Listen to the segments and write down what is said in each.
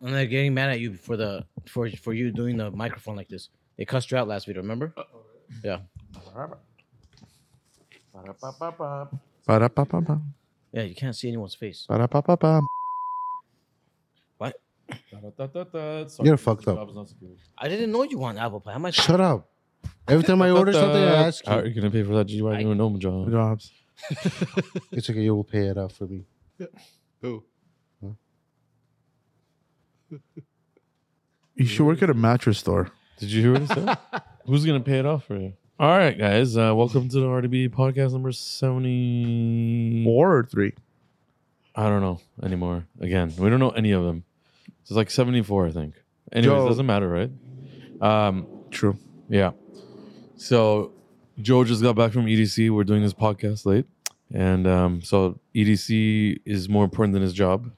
And they're getting mad at you for the for for you doing the microphone like this. They cussed you out last video, remember? Yeah. Ba-da-ba-ba-ba. Yeah, you can't see anyone's face. Ba-da-ba-ba-ba. You're fucked up. I didn't know you want Apple Pay. How much Shut up. Every time I order something, I ask How are you. you gonna pay for that GY new gnome job? Robs. it's okay. You will pay it out for me. Who? You should work at a mattress store. Did you hear what he said? Who's gonna pay it off for you? All right, guys. Uh, welcome to the RDB podcast number seventy. Four or three? I don't know anymore. Again, we don't know any of them. It's like seventy four, I think. Anyways, Joe. doesn't matter, right? Um, True. Yeah. So Joe just got back from EDC. We're doing this podcast late. And um, so EDC is more important than his job.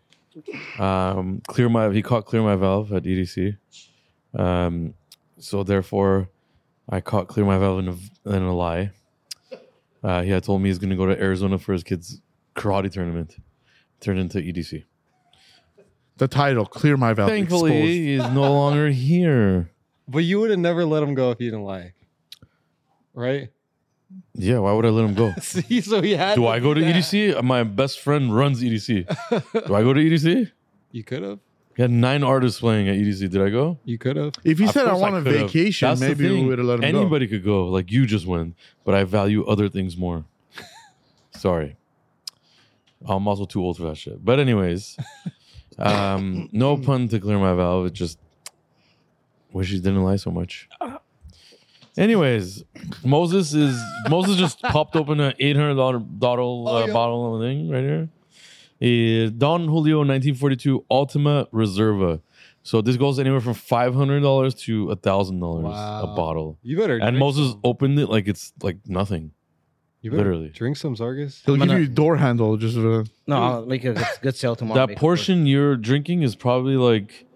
Um, clear my he caught clear my valve at EDC. Um, so therefore I caught clear my valve in a, v- in a lie. Uh, he had told me he's going to go to Arizona for his kid's karate tournament. Turned into E EDC. The title, Clear My Valve. Thankfully, Exposed. he's no longer here. But you would have never let him go if you didn't lie, right? Yeah, why would I let him go? See, so he had. Do I go to E that. EDC? My best friend runs EDC. Do I go to E EDC? You could have. We had nine artists playing at EDC. Did I go? You could have. If you Of said I course want a could've. vacation, That's the maybe we thing. would have let him Anybody could go. Like you just win, but I value other things more. Sorry, I'm also too old for that shit. But anyways, um, no pun to clear my valve. It just wish you didn't lie so much. Anyways, Moses is Moses just popped open an eight hundred dollar Oh, bottle uh, bottle of thing right here. Uh, Don Julio 1942 Ultima Reserva. So this goes anywhere from five hundred dollars to thousand dollars a Wow. bottle. You better. And drink Moses some. opened it like it's like nothing. You better literally. drink some Zargus. go. He'll I'm give gonna- you a door handle. Just uh, No, I'll make a good, good sale tomorrow. that portion you're drinking is probably like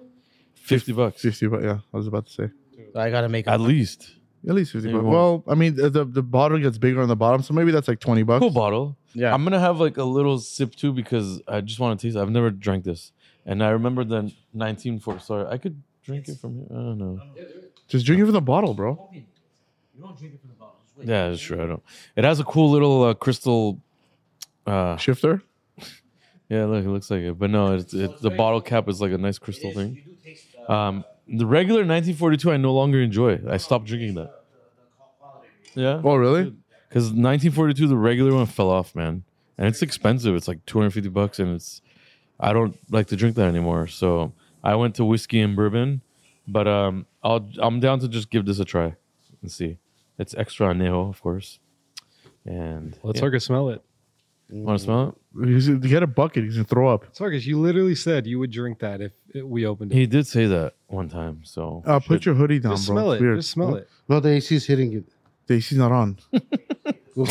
fifty bucks 50 bucks. Yeah, I was about to say. I gotta make at a least. At least 50 Maybe bucks. more. Well, I mean, the, the, the bottle gets bigger on the bottom, so maybe that's like 20 bucks. Cool bottle. yeah. I'm gonna have like a little sip too because I just want to taste. it. I've never drank this, and I remember the 19 for. Sorry, I could drink it from here. I don't know. Just drink it from the bottle, bro. You don't drink it from the bottle. Yeah, that's true. I don't. It has a cool little uh, crystal. Uh, Shifter. yeah, look, it looks like it, but no, it's, it's the bottle cap is like a nice crystal thing. do taste Um, the regular 1942, I no longer enjoy. I Oh, stopped uh, drinking that. Yeah. Oh, really? Because 1942, the regular one fell off, man, and it's expensive. It's like 250 bucks, and it's I don't like to drink that anymore. So I went to whiskey and bourbon, but um, I'll I'm down to just give this a try and see. It's extra añejo, of course, and Let Zargus smell it. Want to smell it? He's, get a bucket. He's going to throw up. Zargus, you literally said you would drink that if it, we opened it. He did say that one time, so Uh, put your hoodie down, Just bro. smell It's it. weird. Just smell it. No, the AC is hitting it. The AC's not on. Go-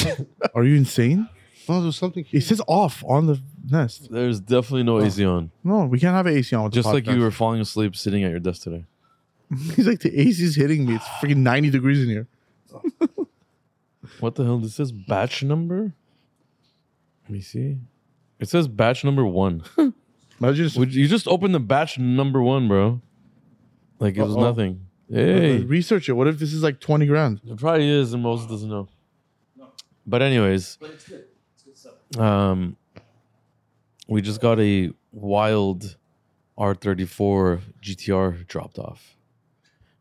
Are you insane? no, there's something. It Here. says off on the nest. there's definitely no AC on. No, we can't have an AC on. With the Just like you podcast. were falling asleep sitting at your desk today. He's like the AC is hitting me. It's freaking 90 degrees in here. What the hell? This says batch number. Let me see. It says batch number one. Imagine just Would you just open the batch number one, bro? Like it was Uh-oh. nothing. Hey, research it. What if this is like 20 grand? it probably is, and Moses doesn't know. But anyways, um, we just got a wild R34 GTR dropped off.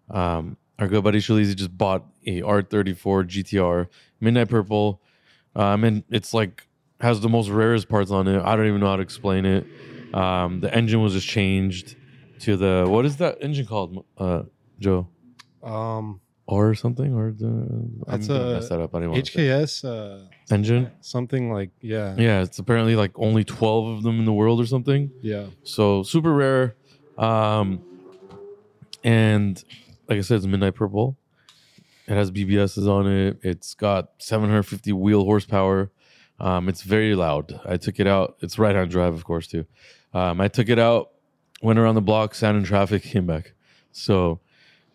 Um, our good buddy Shalizi just bought a R34 GTR Midnight Purple, um, and it's like has the most rarest parts on it. I don't even know how to explain it. Um, the engine was just changed to the what is that engine called, uh, Joe? Um, Or something, or the That's I'm gonna a mess that up. I didn't want to say HKS, uh, it. engine. something like yeah, Yeah, it's apparently like only twelve of them in the world or something. yeah. So super rare. Um, and like I said, it's midnight purple. It has BBSs on it. It's got 750 wheel horsepower. Um, it's very loud. I took it out. It's right hand drive, of course, too. Um, I took it out, went around the block, sat in traffic, came back. So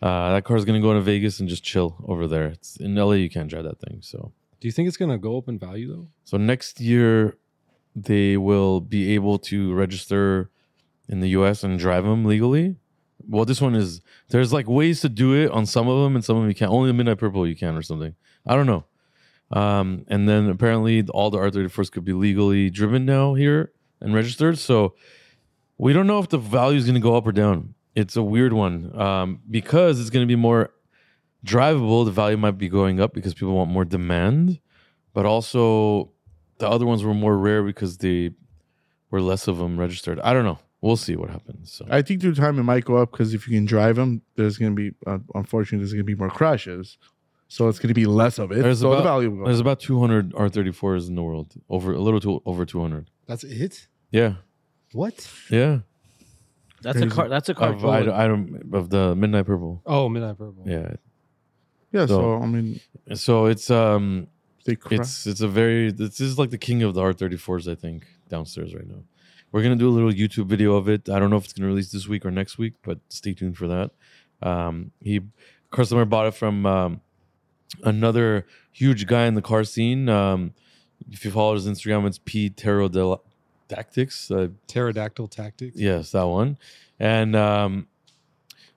uh, that car's gonna go to Vegas and just chill over there. It's in LA. You can't drive that thing. So Do you think it's gonna go up in value though? so next year, they will be able to register in the U.S. and drive them legally. Well, this one is there's like ways to do it on some of them, and some of them you can't. Only the Midnight Purple you can or something. I don't know. Um, and then apparently all the R34s could be legally driven now here and registered. So we don't know if the value is going to go up or down. It's a weird one um, because it's going to be more drivable. The value might be going up because people want more demand, but also the other ones were more rare because they were less of them registered. I don't know. We'll see what happens. So I think through time it might go up because if you can drive them, there's going to be, uh, unfortunately, there's going to be more crashes. So it's going to be less of it. There's so the about- value will go there's about 200 R34s in the world, over a little too over 200. That's it. Yeah, What? yeah. That's a Crazy. car. That's a car. Of, I, full of- I don't of the midnight purple. Oh, midnight purple. Yeah. Yeah, so, So- I mean, So it's um they cra- It's it's a very this is like the king of the R34s I think downstairs right now. We're gonna do a little YouTube video of it. I don't know if it's gonna release this week or next week, but stay tuned for that. Um, he customer bought it from um, another huge guy in the car scene. Um, if you follow his Instagram, it's P Taro Del- Tactics. Uh, Pterodactyl tactics. Yes, that one. And um,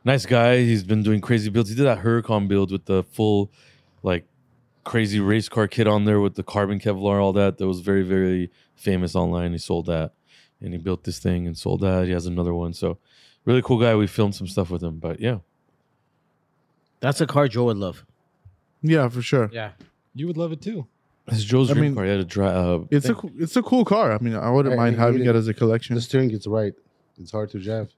nice guy. He's been doing crazy builds. He did that Huracan build with the full, like, crazy race car kit on there with the carbon Kevlar, all that. That was very, very famous online. He sold that, and he built this thing and sold that. He has another one. So, really cool guy. We filmed some stuff with him. But yeah, that's a car Joe would love. yeah, for sure. Yeah. You would love it too. it's Joe's I dream mean, car. He had a dri- uh, It's a coo- it's a cool car. I mean, I wouldn't I- mind I having hate it it. as a collection. The steering gets right. It's hard to drive.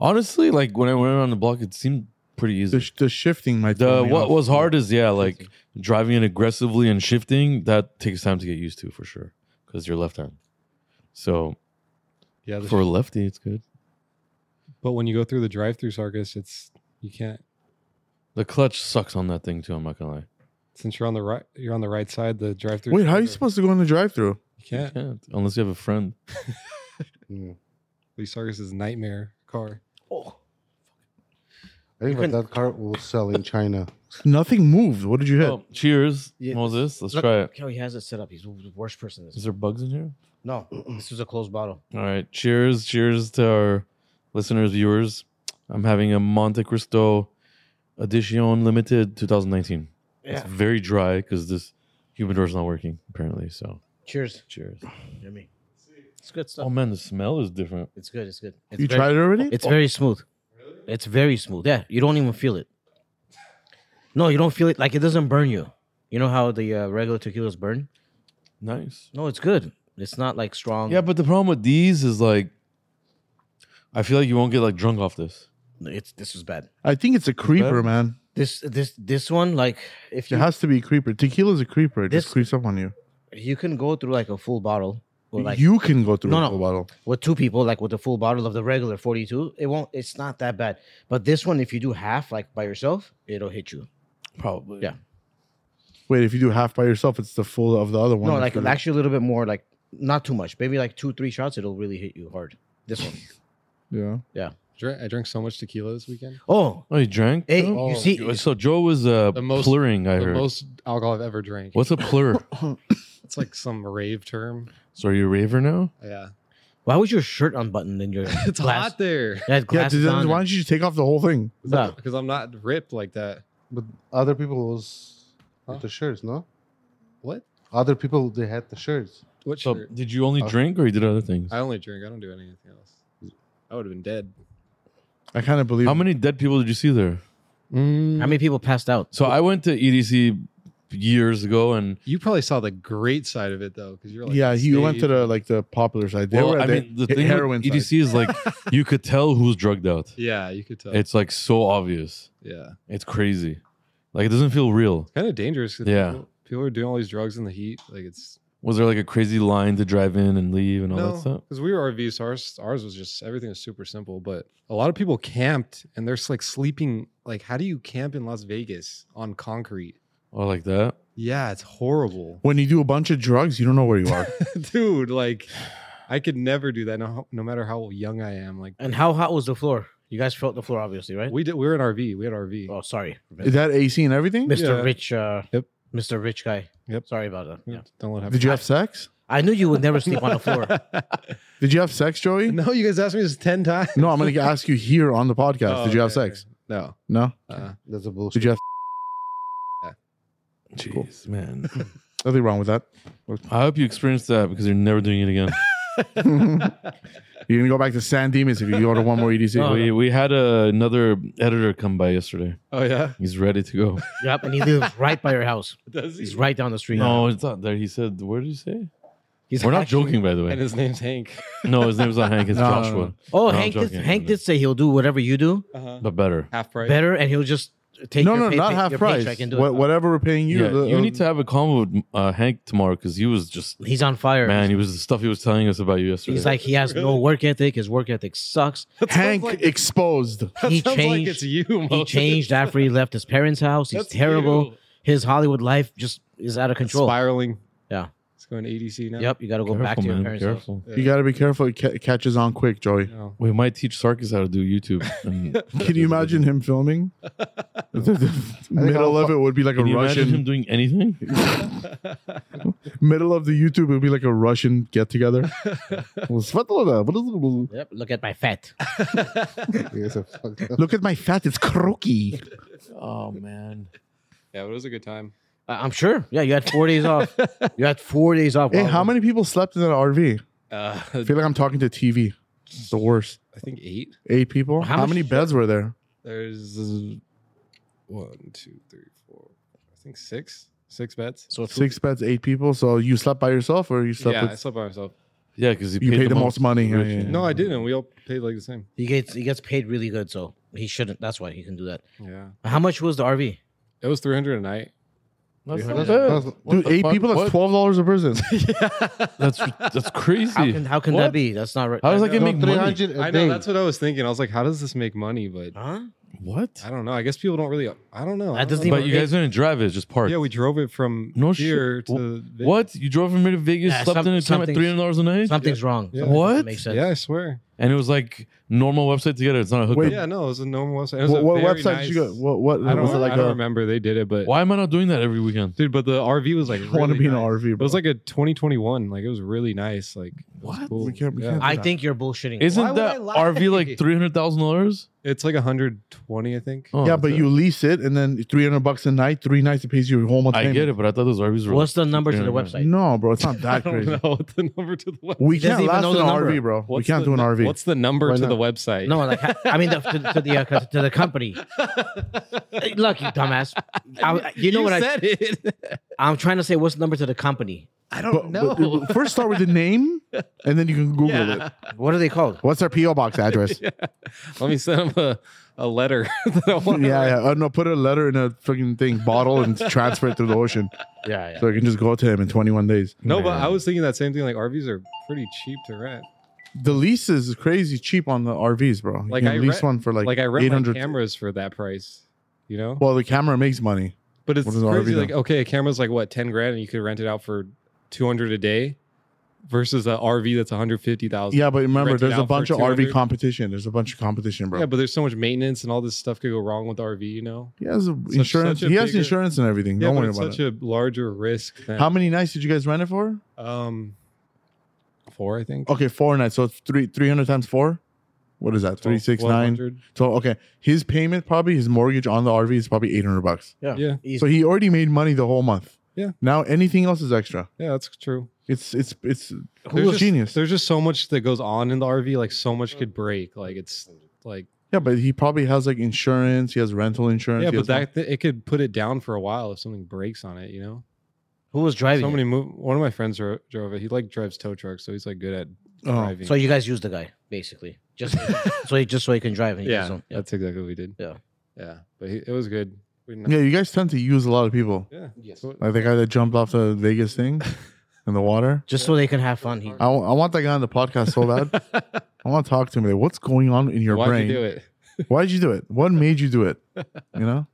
honestly like when I went around the block, it seemed pretty easy. the, sh- the shifting might. The throw me what off. was hard is yeah, like driving it aggressively and shifting that takes time to get used to for sure because you're left hand. So Yeah. the- for a lefty, it's good. but when you go through the drive-through circus, it's you can't. The clutch sucks on that thing too. I'm not gonna lie. Since you're on the right, you're on the right side. The drive-through. Wait, how are you circuit, supposed to go in the drive-through? You You can't. can't, unless you have a friend. Mm. Lee Circus is a nightmare car. Oh. I think You that that car will sell in China. Nothing moved. What did you hit? Oh, cheers, Yeah. Moses. Let's Look- try it. Kelly has it set up. He's the worst person. in Is This. there bugs in here? No, this was a closed bottle. All right. Cheers. Cheers to our listeners, viewers. I'm having a Monte Cristo Edition Limited 2019. It's very dry because this human door's not working apparently. So Cheers. cheers. Yummy. It's good Oh stuff. man, the smell is different. It's good. It's good. It's Um, you very, tried it already? It's very smooth. It's very smooth. Yeah, you don't even feel it. No, you don't feel it. Like it doesn't burn you. You know how the uh, regular tequilas burn? Nice. No, it's good. It's not like strong. Yeah, but the problem with these is like, I feel like you won't get like drunk off this. It's this is bad. I think it's a creeper, better. man. This this this one like if It you has to be a creeper. Tequila's a creeper. It This- just creeps up on you. you can go through like a full bottle or like you can go through No, a no. full bottle. with two people like with a full bottle of the regular 42 it won't it's not that bad but this one if you do half like by yourself it'll hit you Probably. Yeah. Wait, if you do half by yourself, it's the full of the other one. no if like you- actually a little bit more like not too much maybe like two three shots it'll really hit you hard this one. yeah. Dr- I drank so much tequila this weekend. Oh, Oh, you drank? hey Joe? you see Oh, So Joe was uh, The most- plurring, I the heard. most alcohol I've ever drank. What's a plur? It's like some rave term. so are you a raver now? Yeah, why was your shirt unbuttoned and your it's glass- hot there You had Yeah, glasses then on why and- don't you just take off the whole thing? No. because I'm not ripped like that. But other people was Huh? with the shirts, no? What? Other people they had the shirts. What So shirt? did you only Uh, drink or you did other things? I only drink. I don't do anything else. I would have been dead. I kind of believe. How many dead people did you see there? Mm. how many people passed out So I went to EDC years ago and You probably saw the great side of it though, because you're like yeah, on you went to stage. the like the popular side. They well, were I at mean the he- thing heroin with EDC is like you could tell who's drugged out. yeah, you could tell. It's like so obvious. yeah, It's crazy. Like it doesn't feel real. kind of dangerous. 'cause Yeah. people, people are doing all these drugs in the heat. Like it's Was there like a crazy line to drive in and leave and all that stuff? no, because we were RVs. So ours, ours was just everything was super simple. But a lot of people camped and they're s- like sleeping. Like, how do you camp in Las Vegas on concrete? Or Oh, like that? Yeah, it's horrible, When you do a bunch of drugs, you don't know where you are. dude. Like, I could never do that. No, no matter how young I am. Like, and how hot was the floor you guys felt the floor obviously right we did. We were in RV. We had RV. oh sorry Is that AC and everything? mr yeah. rich uh Yep. mr rich guy Yep. Sorry about that. Yeah. Don't let it happen. Did you have sex? I knew you would never sleep on the floor. Did you have sex, Joey? No, no, you guys asked me this ten times. I'm gonna ask you here on the podcast. Oh, Did you have okay, sex? okay. No. No. Uh, That's a Did bullshit. you have Jeez, man. nothing wrong with that? I hope you experienced that because you're never doing it again. You're gonna go back to San Dimas if you go to one more E EDC. No, we we had uh another editor come by yesterday. oh yeah. He's ready to go. Yep, and he lives right by your house. Does He's right down the street. No, it's not there. He said, "What did you say?" he's We're not actually- joking, by the And way. his name's Hank. No, his name's not Hank. It's No, no, Joshua, no. Oh, No, I'm Hank did. joking. Hank did say he'll do whatever you do Uh-huh. but better. Half price. better, and he'll just take no, your no, pay- not pay- half your price. paycheck and do What- it. whatever we're paying you. yeah, the- uh, um, you need to have a convo with uh, Hank tomorrow because he was just He's on fire. man. He was the stuff he was telling us about you yesterday. He's like he has no Really? work ethic. His work ethic sucks. Hank exposed. That he sounds like changed. it's you. he Moses. changed after he left his parents' house. He's Oh. That's terrible. you. His Hollywood life just is out of control. Spiraling. Yeah. It's going to ADC now. Yep, you got to go careful, back to your man, parents' house. careful. You got to be careful. It ca- catches on quick, Joey. No. We might teach Sarkis how to do YouTube. And Can you imagine him filming? the middle of it would be like Can a you imagine him Russian. doing anything? Middle of the YouTube would be like a Russian get together. Look Yep, look at my fat. You guys are fucked up. at my fat. It's croaky. Oh man, Yeah, but it was a good time. I- I'm sure. Yeah, you had four days off. You had four days off. Hey, Wow. how many people slept in that RV? Uh, I feel like I'm talking to TV. It's the worst. I think eight. Eight people. How How, much many shit? beds were there? There's uh, one, two, three, four. I think six. Six beds. So it's- Six beds, eight people. So you slept by yourself, or you slept yeah, I with? slept by myself. yeah, because he You paid the most money, Rich, yeah, yeah, yeah. No, I didn't. We all paid like the same. He gets he gets paid really good, so he shouldn't. That's why he can do that. Yeah. How much was the RV? It was 300 a night. That's Yeah. not bad. That's- What Dude, the eight fuck? people. That's What? twelve dollars a person. That's that's crazy. How can how can What? that be? That's not right. How does that I get know. make money? 300 a I know. day. That's what I was thinking. I was like, how does this make money? But Huh? What? I don't know. I guess people don't really. I don't That know. I don't doesn't know. even- But you guys didn't drive it; it's just parked. Yeah, we drove it from No shit. here to Vegas. What? You drove from here to Vegas, Yeah, slept some- in a time at something's- three hundred dollars a night, Something's wrong. Yeah. Something doesn't What? Make sense. Yeah, I swear. and it was like normal website together. It's not a hookup. Wait. Yeah, no, it was a normal website. It was what a what very website did you go? nice- What? What I don't, was it like? I don't A, remember. They did it, but Why am I not doing that every weekend? dude, but the RV was like. I want to really be in an nice. RV. It was like a 2021. Like it was really nice. Like it was What? Cool. We can't- we Yeah. can't- I think you're bullshitting. Why Isn't would that I lie? RV like three hundred thousand dollars? Oh, It's like 120, I think. yeah, but you lease it and then three hundred bucks a night, three nights it pays you your whole month. I get it, but I thought those RVs were. What's the number to the $300. website? No, bro, it's not I that don't crazy. know what the number to the web- We doesn't can't even last know in the an number. RV, bro. we What's can't the do an nu- RV. What's the number Why to the not? website? No, like ha- I mean the, to, to the uh, to the company. Hey, Look, you dumbass. I, you know what I? said it. I'm trying to say. What's the number to the company? I But- but- but first, start with the name, and then you can Google it. yeah. What are they called? What's our PO box address? yeah, Let me send him a, a letter. that I wanna write. yeah. Uh, no, put a letter in a fucking thing, bottle, and transfer it through the ocean, Yeah, yeah. so you can just go to him in 21 days. No, but I was thinking that same thing. Like RVs are pretty cheap to rent. The lease is crazy cheap on the RVs, bro. You Like, can I lease rent- one for like, Like, I rent 800 my cameras for that price, you know. Well, the camera makes money. but it's what is an crazy. RV Like okay, a camera's like what ten grand, and you could rent it out for two hundred a day, versus an RV that's one hundred fifty thousand. Yeah, but remember, rent it there's out a for bunch of RV 200. competition. There's a bunch of competition, bro. yeah, but there's so much maintenance and all this stuff could go wrong with RV, you know. he has a- such- insurance. such a he has bigger- insurance and everything. Yeah, Don't but worry it's about such it. a larger risk. Than, How many nights did you guys rent it for? Um, four, I think. Okay, four nights. So it's three three hundred times four. What is that? Three six nine. So okay, his payment probably his mortgage on the RV is probably eight hundred bucks. Yeah, Easy. So he already made money the whole month. Yeah. Now anything else is extra. yeah, that's true. It's it's it's There's who's just- genius. There's just so much that goes on in the RV. Like so much could break. Like it's like yeah, but he probably has like insurance. He has rental insurance. yeah, he but has- that it could put it down for a while if something breaks on it. You know, Who was driving? it? somebody move. One of my friends dro- drove it. He like drives tow trucks, so he's like good at Oh, driving. So you guys use the guy basically, just so he just so he can drive. And he yeah, gives them- yeah. that's exactly what we did. Yeah. yeah, but he, it was good. We didn't yeah, you guys tend to use a lot of people. yeah. Yes. So- Like the guy that jumped off the Vegas thing in the water. Just so they can have fun. He, I wa- I want that guy on the podcast so bad. I want to talk to him. Like, what's going on in your Why'd brain? you do it? Why did you do it? What made you do it? You know,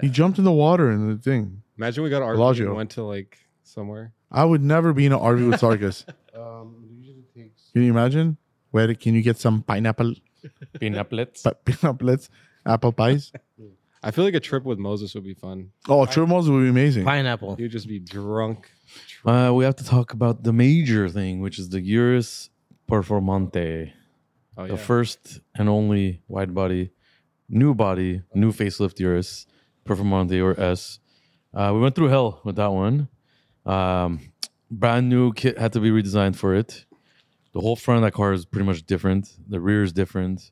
he jumped in the water and the thing. Imagine we got an RV Bellagio. and went to like somewhere. I would never be in an RV with Sarkis. Um, it usually takes. Can you imagine? Where can you get some pineapple Pineapples. pi- pineapples, apple pies? I feel like a trip with Moses would be fun. Oh, Churmos would be amazing. Pineapple. You'd just be drunk. Uh, we have to talk about the major thing, which is the Urus Performante, Oh, the yeah. first and only wide body, new body, new facelift Urus Performante or S. Uh, we went through hell with that one. Um, brand new kit had to be redesigned for it. The whole front of that car is pretty much different. The rear is different.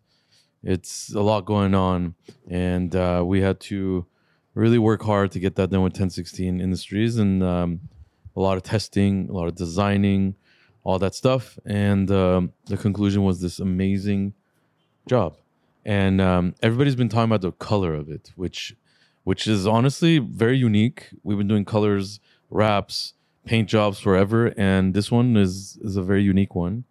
It's a lot going on, and uh, we had to really work hard to get that done with 1016 Industries and um, a lot of testing, a lot of designing, all that stuff. And um, the conclusion was this amazing job. And um, everybody's been talking about the color of it, which which is honestly very unique. We've been doing colors, wraps, paint jobs forever, and this one is is a very unique one.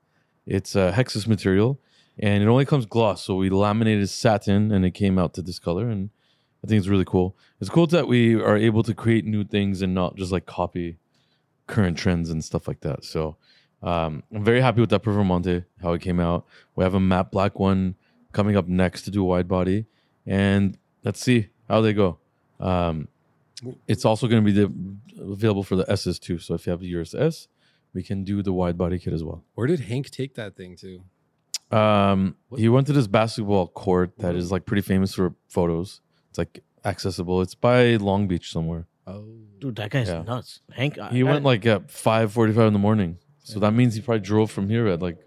It's a Hexus material, and it only comes gloss, so we laminated satin, and it came out to this color, and I think it's really cool. It's cool that we are able to create new things and not just like copy current trends and stuff like that. So um, I'm very happy with that Performante, how it came out. We have a matte black one coming up next to do wide body, and let's see how they go. Um, it's also going to be the, available for the S's too. So if you have a Urus S, we can do the wide body kit as well. Where did Hank take that thing to? Um, What- he went to this basketball court that is like pretty famous for photos. It's like accessible. It's by Long Beach somewhere. Oh, Dude, that guy's Yeah. nuts. Hank. I- He I- went like at five forty-five in the morning. So that means he probably drove from here at like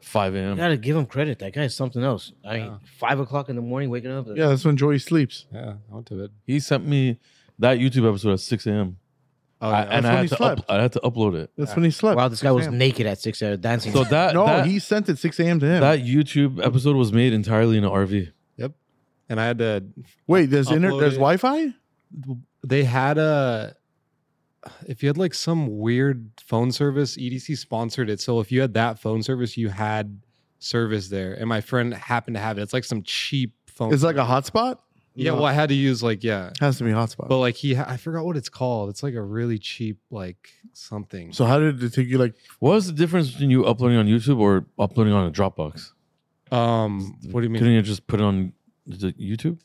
five You a.m. gotta give him credit. That guy's something else. I mean, Yeah. five o'clock in the morning, waking up. Yeah, that's when Joey sleeps. yeah, I went to bed. He sent me that YouTube episode at six a.m. Oh, I- yeah. and That's I when had, he to up, slept. I had to upload it. That's when he slept. Wow, this guy was 6 a.m. naked at six hour dancing. So that No, that, he sent it 6 a.m. to him. that YouTube episode was made entirely in an RV. and I had to. Wait, there's inter- Upload there's it. Wi-Fi? They had a. If you had like some weird phone service, EDC sponsored it. So if you had that phone service, you had service there. And my friend happened to have it. It's like some cheap phone. It's like a hotspot. yeah. Well, I had to use like yeah, Has to be a hotspot. but like he, ha- I forgot what it's called. It's like a really cheap like something. so how did it take you? Like What was the difference between you uploading on YouTube or uploading on a Dropbox? um, what do you mean? Couldn't you just put it on the YouTube?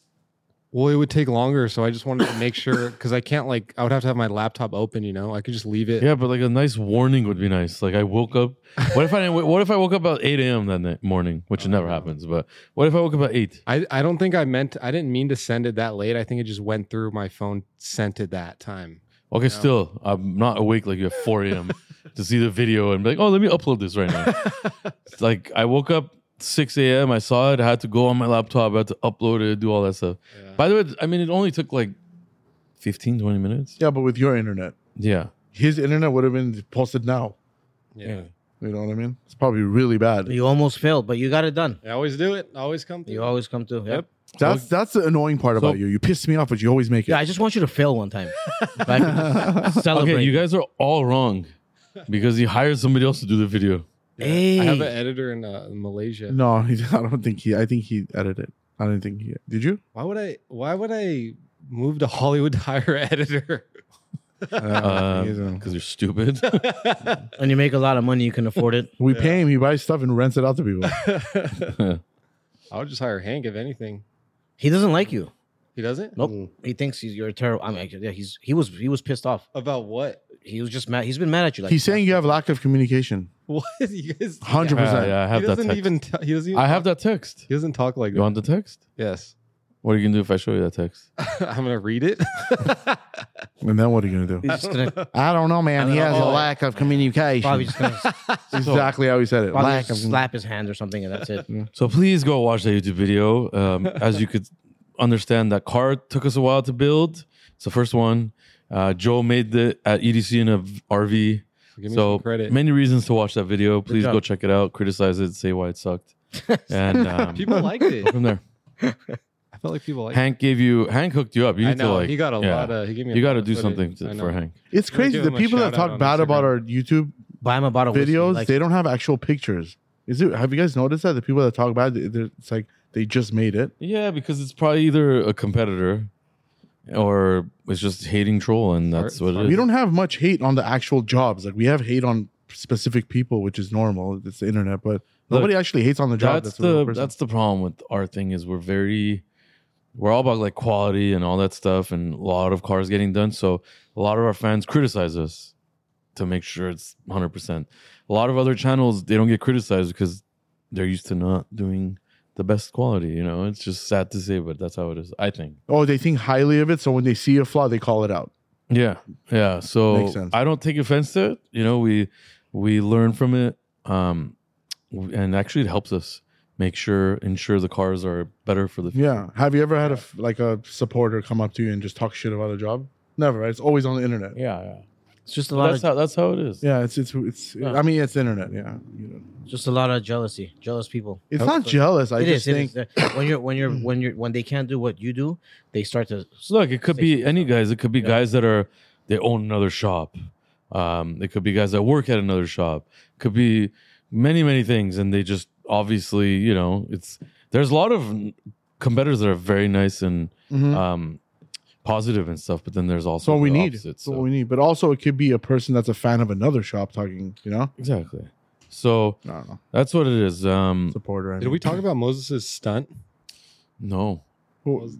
Well, it would take longer, so I just wanted to make sure because I can't like I would have to have my laptop open, you know. I could just leave it. Yeah, but like a nice warning would be nice. Like I woke up. What if I didn't, what if I woke up at eight a.m. that night, morning, which never happens. But what if I woke up at eight? I, I don't think I meant I didn't mean to send it that late. I think it just went through my phone, sent it that time. Okay, still I'm not awake like you at four a.m. to see the video and be like, oh, let me upload this right now. It's like I woke up six a.m. I saw it. I had to go on my laptop. I had to upload it, do all that stuff. Yeah. By the way, I mean it only took like 15, 20 minutes. yeah, but with your internet, Yeah. his internet would have been posted now. yeah. You know what I mean? It's probably really bad. you almost failed, but you got it done. I always do it. I always come You through. always come through. Yep. Yep. That's that's the annoying part about you. You piss me off, but you always make it. Yeah, I just want you to fail one time. Like, celebrate. Okay, you guys are all wrong because he hired somebody else to do the video. hey, I have an editor in uh, Malaysia. no, he, I don't think he. I think he edited. it. I don't think he. Did you? Why would I why would I move to Hollywood to hire an editor? Uh, he Because doesn't. Um, you're stupid. and you make a lot of money, you can afford it. we pay him. He buys stuff and rents it out to people. I would just hire Hank if anything. He doesn't like you. He doesn't? Nope. He thinks he's you're a terrible. I mean, yeah, he's he was he was pissed off. About what? He was just mad. He's been mad at you. Like He's saying you have lack of communication. What you guys Hundred Yeah, percent. yeah, I have he that doesn't text. even t- he doesn't even I have that text. he doesn't talk like You that. want the text? Yes. What are you gonna do if I show you that text? I'm gonna read it. And then what are you gonna do? he's just gonna I don't know, man. I He don't has a know. lack of communication. probably just gonna exactly how he said it. probably Lack just of slap his hand or something, and that's it. So please go watch that YouTube video. Um, as you could understand, that car took us a while to build. It's the first one. Uh, Joe made it at EDC in a v- RV. Give me so some credit. many reasons to watch that video. Please job. go check it out. Criticize it. Say why it sucked. And um, people liked it. from there. I felt like people liked it. Hank gave you Hank hooked you up. You I need to know like he got a yeah. lot of. He gave me. You a got lot to of do footage. something I to, know. for Hank. It's Can I crazy. give The him a people that shout-out talk on bad about our Instagram? YouTube Buy him a bottle. of whiskey, videos, like- they don't have actual pictures. Is it? Have you guys noticed that the people that talk bad, they- they're- it's like they just made it. Yeah, because it's probably either a competitor or it's just hating troll, and Sorry- that's what it sorry. is. We don't have much hate on the actual jobs. Like we have hate on specific people, which is normal. It's the internet, but nobody actually hates on the job. that's a real the person. that's the problem with our thing is we're very we're all about like quality and all that stuff and a lot of cars getting done so a lot of our fans criticize us to make sure it's 100% a lot of other channels they don't get criticized because they're used to not doing the best quality you know it's just sad to say but that's how it is i think Oh, they think highly of it, so when they see a flaw, they call it out. yeah yeah so Makes sense. i don't take offense to it you know we we learn from it um and actually it helps us make sure ensure the cars are better for the future Yeah. Have you ever had a f- like a supporter come up to you and just talk shit about a job? Never. Right? It's always on the internet. yeah, yeah. It's just a But lot that's of how that's how it is Yeah, it's it's it's. Yeah. I mean, it's internet. Yeah, you know. just a lot of jealousy, jealous people. it's not jealous. I It is. just think it is. when you're when you're when you're when they can't do what you do, they start to So look, it could be Safety any stuff. guys. It could be Yeah. guys that are they own another shop. Um, it could be guys that work at another shop. Could be many many things, and they just obviously you know it's there's a lot of competitors that are very nice and Mhm. um, positive and stuff, but then there's also So we the need. opposite, that's what we need. But also, it could be a person that's a fan of another shop talking. You know, exactly. So I don't know. that's what it is. Um, Mm. Supporter. I Did mean. we talk about Moses' stunt? no, Who-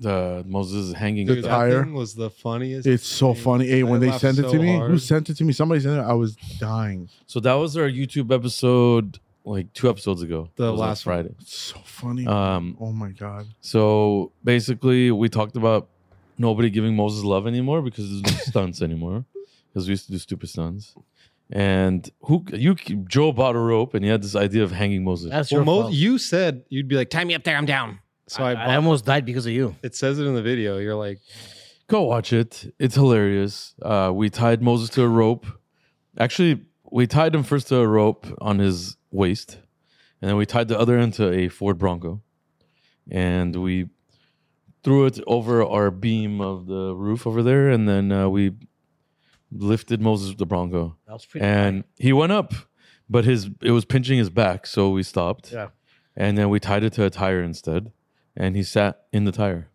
the Moses is hanging. The Dude, stuff. tire. that thing was the funniest. It's so funny. Hey, I when they laughed sent it so to me, who hard. sent it to me? Somebody sent it. I was dying. So that was our YouTube episode, like two episodes ago. The It was on last one. Friday. It's so funny. Um, oh my god. So basically, we talked about nobody giving Moses love anymore because there's no stunts anymore. Because we used to do stupid stunts. And who you Joe bought a rope and he had this idea of hanging Moses. that's well, your Mo- fault. you said you'd be like, "Tie me up there, I'm down." So I, I, I bought- almost died because of you. it says it in the video. You're like, Go watch it. It's hilarious. Uh, we tied Moses to a rope. Actually, we tied him first to a rope on his waist, and then we tied the other end to a Ford Bronco, and we threw it over our beam of the roof over there, and then uh, we lifted Moses with the Bronco, That was pretty. and he went up, but his it was pinching his back, so we stopped. Yeah. and then we tied it to a tire instead, and he sat in the tire.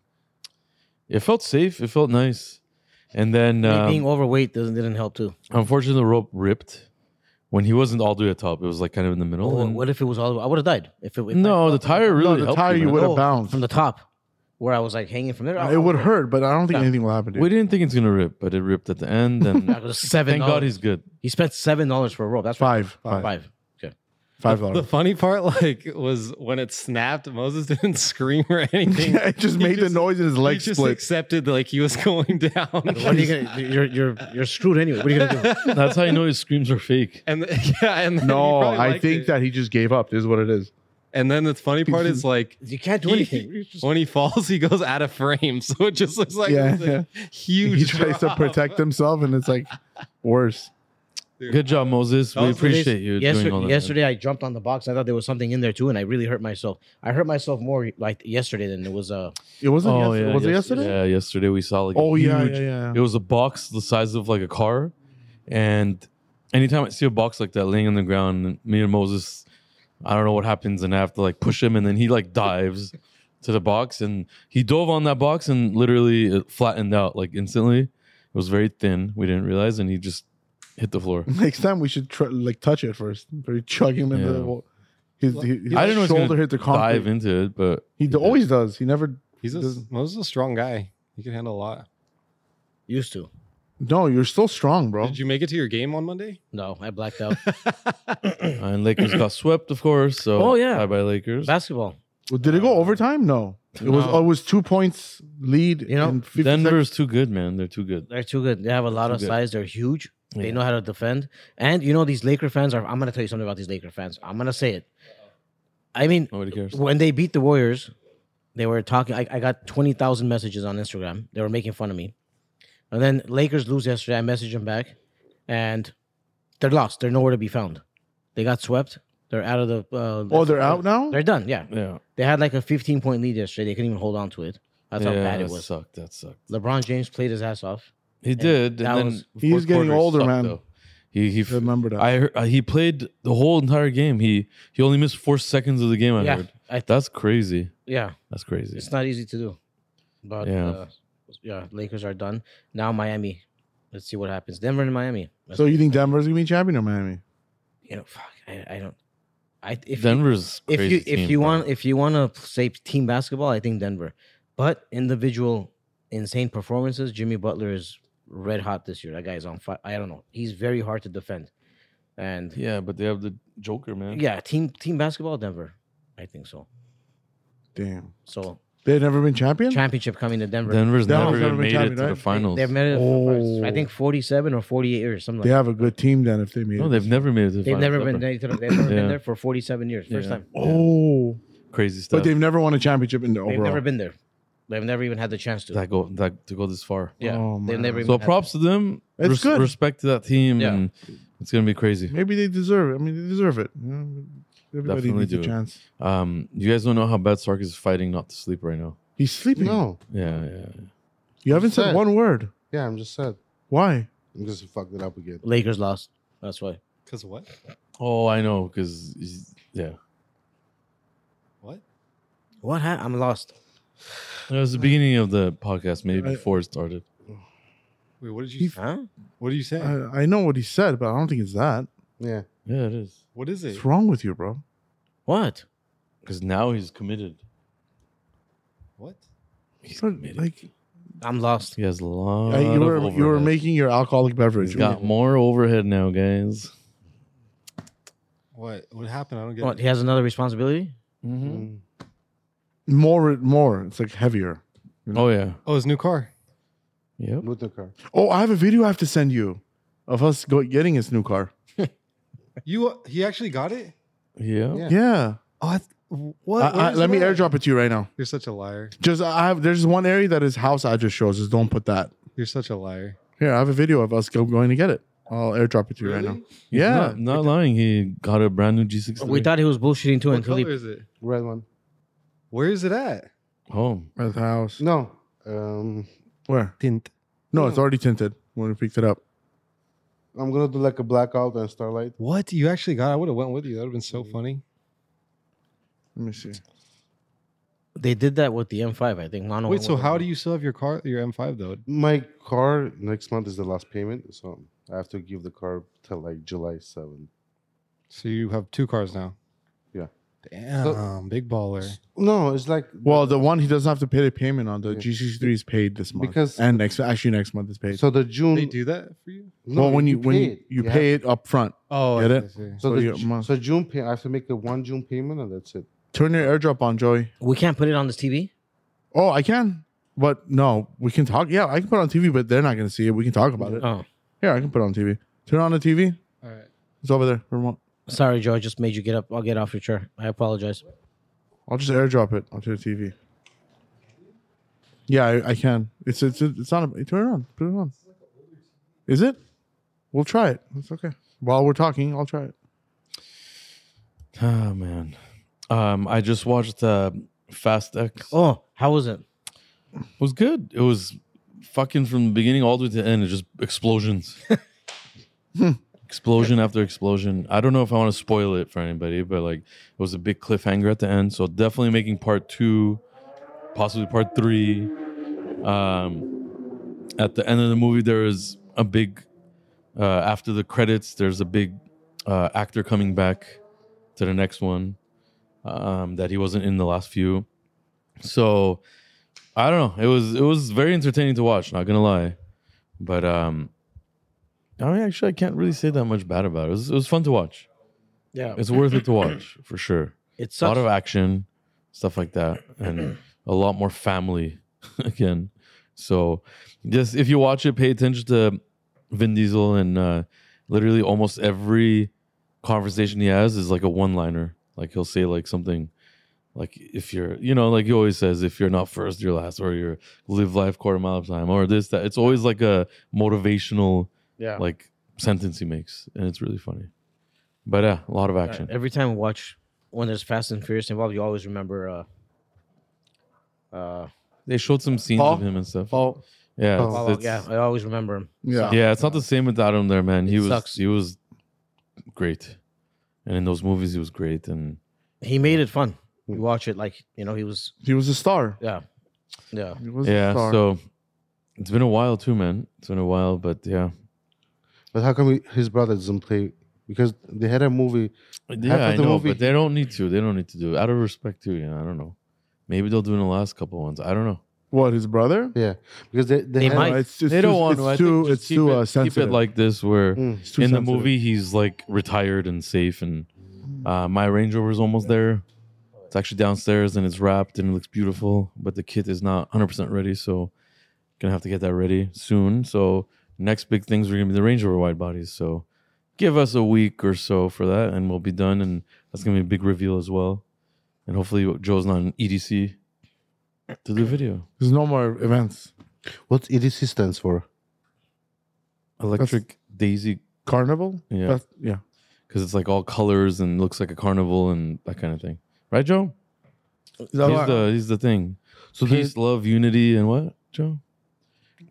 It felt safe. It felt nice. And then, Me being um, overweight doesn't didn't help too. unfortunately, the rope ripped when he wasn't all the way at top. It was like kind of in the middle. What, and- what if it was all? I would have died. If it if I no, fell the from top- tire really no, the helped tire you, you man. would have No, bounced. from the top, where I was like hanging from there. I- it would hurt, but I don't think Yeah. anything will happen. Dude. We didn't think it's gonna rip, but it ripped at the end. And I was seven. thank God dollars. he's good. he spent seven dollars for a rope. That's Five. right. Five. Five. Five the dollars. funny part, like, was when it snapped. Moses didn't scream or anything. Yeah, it just He made the just- noise and his He legs just split. accepted like he was going What are down. you gonna? You're you're you're screwed anyway. What are you gonna do? That's how you know his screams are fake. and the- yeah, and then he No, probably I liked think it. that he just gave up. Is what it is. And then the funny part is like You can't do He- anything. when he falls, he goes out of frame, so it just looks like Yeah, it's a huge. He tries to drop. protect himself, and it's like worse. Good job, Moses. We That was the appreciate you Yesterday, doing all that. man. yesterday I jumped on the box. I thought there was something in there too, and I really hurt myself. I hurt myself more like yesterday than it was. Uh, It wasn't. Oh yesterday. yeah, was yes- it yesterday? Yeah, yesterday we saw like a Oh yeah, huge- yeah, yeah. It was a box the size of like a car, and anytime I see a box like that laying on the ground, me and Moses, I don't know what happens, and I have to like push him, and then he like dives to the box, and he dove on that box, and literally it flattened out like instantly. It was very thin. We didn't realize, and he just hit the floor. Next time we should try, like touch it first, Or chug him in Yeah. the. wall. His, his, his I didn't know he's shoulder gonna hit the Dive concrete. into it, but He, d did. always does. He never. He's a, Doesn't- Moses is a strong guy. He can handle a lot. used to. No, you're still strong, bro. Did you make it to your game on Monday? No, I blacked out. uh, and Lakers got swept, of course. So Oh, yeah. bye bye Lakers. Basketball. Well, did it go overtime? No. It was. No. It was two points lead. You know, in 50 Denver's too good, man. They're too good. They're too good. They have a lot Too of good. size. They're huge. They Yeah. know how to defend. And you know, these Laker fans are. I'm gonna tell you something about these Laker fans. I'm gonna say it. I mean, Nobody cares. when they beat the Warriors, they were talking. I, I got 20,000 messages on Instagram. They were making fun of me. And then Lakers lose yesterday. I messaged them back, and they're lost. They're nowhere to be found. They got swept. They're out of the. Uh, Oh, they're out now. They're done. Yeah, Yeah, they had like a 15 point lead yesterday. They couldn't even hold on to it. That's how Yeah, bad it that was. Sucked. That sucked. LeBron James played his ass off. He did. that And then was- He's fourth getting quarter older, sucked, man. though. He he. f- Remember that. I heard, uh, he played the whole entire game. He he only missed four seconds of the game. I yeah, heard. I th- That's crazy. yeah, That's crazy. it's not easy to do. But Yeah. yeah, uh, yeah, Lakers are done. Now Miami. Let's see what happens. Denver and Miami. Let's so you think Denver's gonna be champion or Miami? you know, fuck, I, I don't. I if you- Denver's if crazy you if team, you bro. want if you want to say team basketball, I think Denver. But individual insane performances, Jimmy Butler is red hot this year. That guy is on fire. I don't know. He's very hard to defend. And Yeah, but they have the Joker, man. yeah, team team basketball Denver. I think so. Damn. So They've never been champion? championship coming to Denver. Denver's That never one's even never been made champion, it to right? the They- finals. They've made it. Oh. I think forty-seven or forty-eight years, something like they have a good team then if they made no, it. they've never made it to the They've finals. never been ever. they- they've never been Yeah. there for 47 years. First Yeah. time. Oh. Crazy stuff. But they've never won a championship in the They've overall. never been there. They've never even had the chance to. that go that to go this far. yeah. Oh, they've man. never even So had that. props to them. It's good. Respect to that team, Yeah. and it's gonna be crazy. Maybe they deserve it. I mean, they deserve it. You know, Everybody Definitely needs do. a chance. Um, you guys don't know how bad Sark is fighting not to sleep right now. He's sleeping. No. Yeah, yeah. You haven't said Sad. one word. Yeah, I'm just sad. Why? I'm just fucked it up again. Lakers lost. That's why. Because what? Oh, I know, because yeah, What? What? Ha- I'm lost. it was the beginning of the podcast, maybe I- before it started. Wait, what did you? He- Huh? What did you say? I, I know what he said, but I don't think it's that. Yeah. Yeah, it is. what is it? What's wrong with you, bro? What? Because now he's committed. What? He's But, committed. Uh, like I'm lost. he has a lot. I- you were of you were overhead. making your alcoholic beverage. He's got more overhead now, guys. What? What happened? I don't get. What? it. He has another responsibility. Mm-hmm. Mm-hmm. Mm. more more. It's like heavier. Mm-hmm. Oh yeah. Oh, his new car. Yep. With the car. Oh, I have a video I have to send you of us go, getting his new car. You? uh, He actually got it. Yeah. Yeah. Yeah. Oh, I th- what? I- I- let me airdrop it to you right now. You're such a liar. Just I have there's one area that his house address shows. Just don't put that. You're such a liar. Here, I have a video of us go, going to get it. I'll airdrop it to you right now. He's Yeah. Not, not lying. He got a brand new G6. We thought he was bullshitting too What until he. color is it? Red one. Where is it at? home. At the house. No. Um, Where? Tint. No, it's already tinted when we picked it up. I'm gonna do like a blackout and starlight. What you actually got? I would have went with you. That would have been so funny. Let me see. They did that with the M5, I think. Mono Wait, so how do you still have your car, your M5 though? My car next month is the last payment, so I have to give the car till like July 7th. So you have two cars now. Yeah. Damn, big baller. No, it's like Well, the one he doesn't have to pay the payment on the Yeah. GC3 is paid this month, Because- and next actually next month is paid. so the June. They do that for you? No, well, when you, when pay you, it, you have- pay it up front, Oh, Get I it? see, I see. So, for your the, Ju- month. so June pay. I have to make a one June payment, and that's it. turn your AirDrop on, Joey. We can't put it on this TV. Oh, I can, but no, we can talk. Yeah, I can put it on TV, but they're not going to see it. We can talk about it. Oh, Here, I can put it on TV. Turn on the TV. All right. It's over there. Remote. sorry, Joe. I just made you get up. I'll get off your chair. I apologize. I'll just AirDrop it onto the TV. Yeah, I, I can. It's it's it's on. Turn it on. Put it on. Is it? We'll try it. It's okay. While we're talking, I'll try it. Ah man. Um, I just watched uh, Fast X. Oh, how was it? It was good. It was fucking from the beginning all the way to the end. It's just explosions. explosion after explosion. I don't know if I want to spoil it for anybody, but like it was a big cliffhanger at the end. So definitely making part two, possibly part three. Um, at the end of the movie, there is a big, uh, after the credits, there's a big uh, actor coming back to the next one um, that he wasn't in the last few. So I don't know. It was it was very entertaining to watch. Not gonna lie, but um, I mean, actually, I can't really say that much bad about it. It was, it was fun to watch. Yeah, It's worth it to watch for sure. it A lot sucks. of action, stuff like that, and a lot more family again. So just if you watch it, pay attention to Vin Diesel and uh, literally almost every conversation he has is like a one liner. Like he'll say like something like if you're you know, like he always says, if you're not first, you're last, or you're live life quarter mile of time, or this, that it's always like a motivational Yeah. like sentence he makes. And it's really funny. But yeah, a lot of action. Every time we watch when there's Fast and Furious involved, you always remember. Uh, uh, They showed some scenes Paul? of him and stuff. Paul. Yeah, Paul. it's- Paul- it's- yeah, I always remember him. Yeah. Oh, yeah, it's not the same without him there, man. He It was sucks. he was great, and in those movies he was great. And He made it fun. You watch it like you know he was. He was a star. Yeah, yeah. He was yeah, a star. so it's been a while too, man. It's been a while, but yeah, But how come he- his brother doesn't play? Because they had a movie. yeah, I the know. movie- But they don't need to. They don't need to do it out of respect too. Yeah, I don't know. Maybe they'll do it in the last couple ones. I don't know. What his brother? Yeah, because they they, They had- No, might. Mike. it's, it's they too, don't want it's to. I too, think just it's keep too it, uh, keep sensitive. it like this, where Mm. It's too in the sensitive. movie he's like retired and safe, and uh, my Range Rover's almost there. It's actually downstairs and it's wrapped and it looks beautiful, but the kit is not 100 percent ready, so gonna have to get that ready soon. So next big things are gonna be the Range Rover wide bodies. So give us a week or so for that, and we'll be done, and that's gonna be a big reveal as well. And hopefully Joe's not an EDC to the video. There's no more events. What's EDC stands for? Electric Daisy Carnival? Yeah. That's- yeah. because it's like all colors and looks like a carnival and that kind of thing, right, Joe? Is He's that what- the he's the thing. So Peace, there's love, unity, and what, Joe?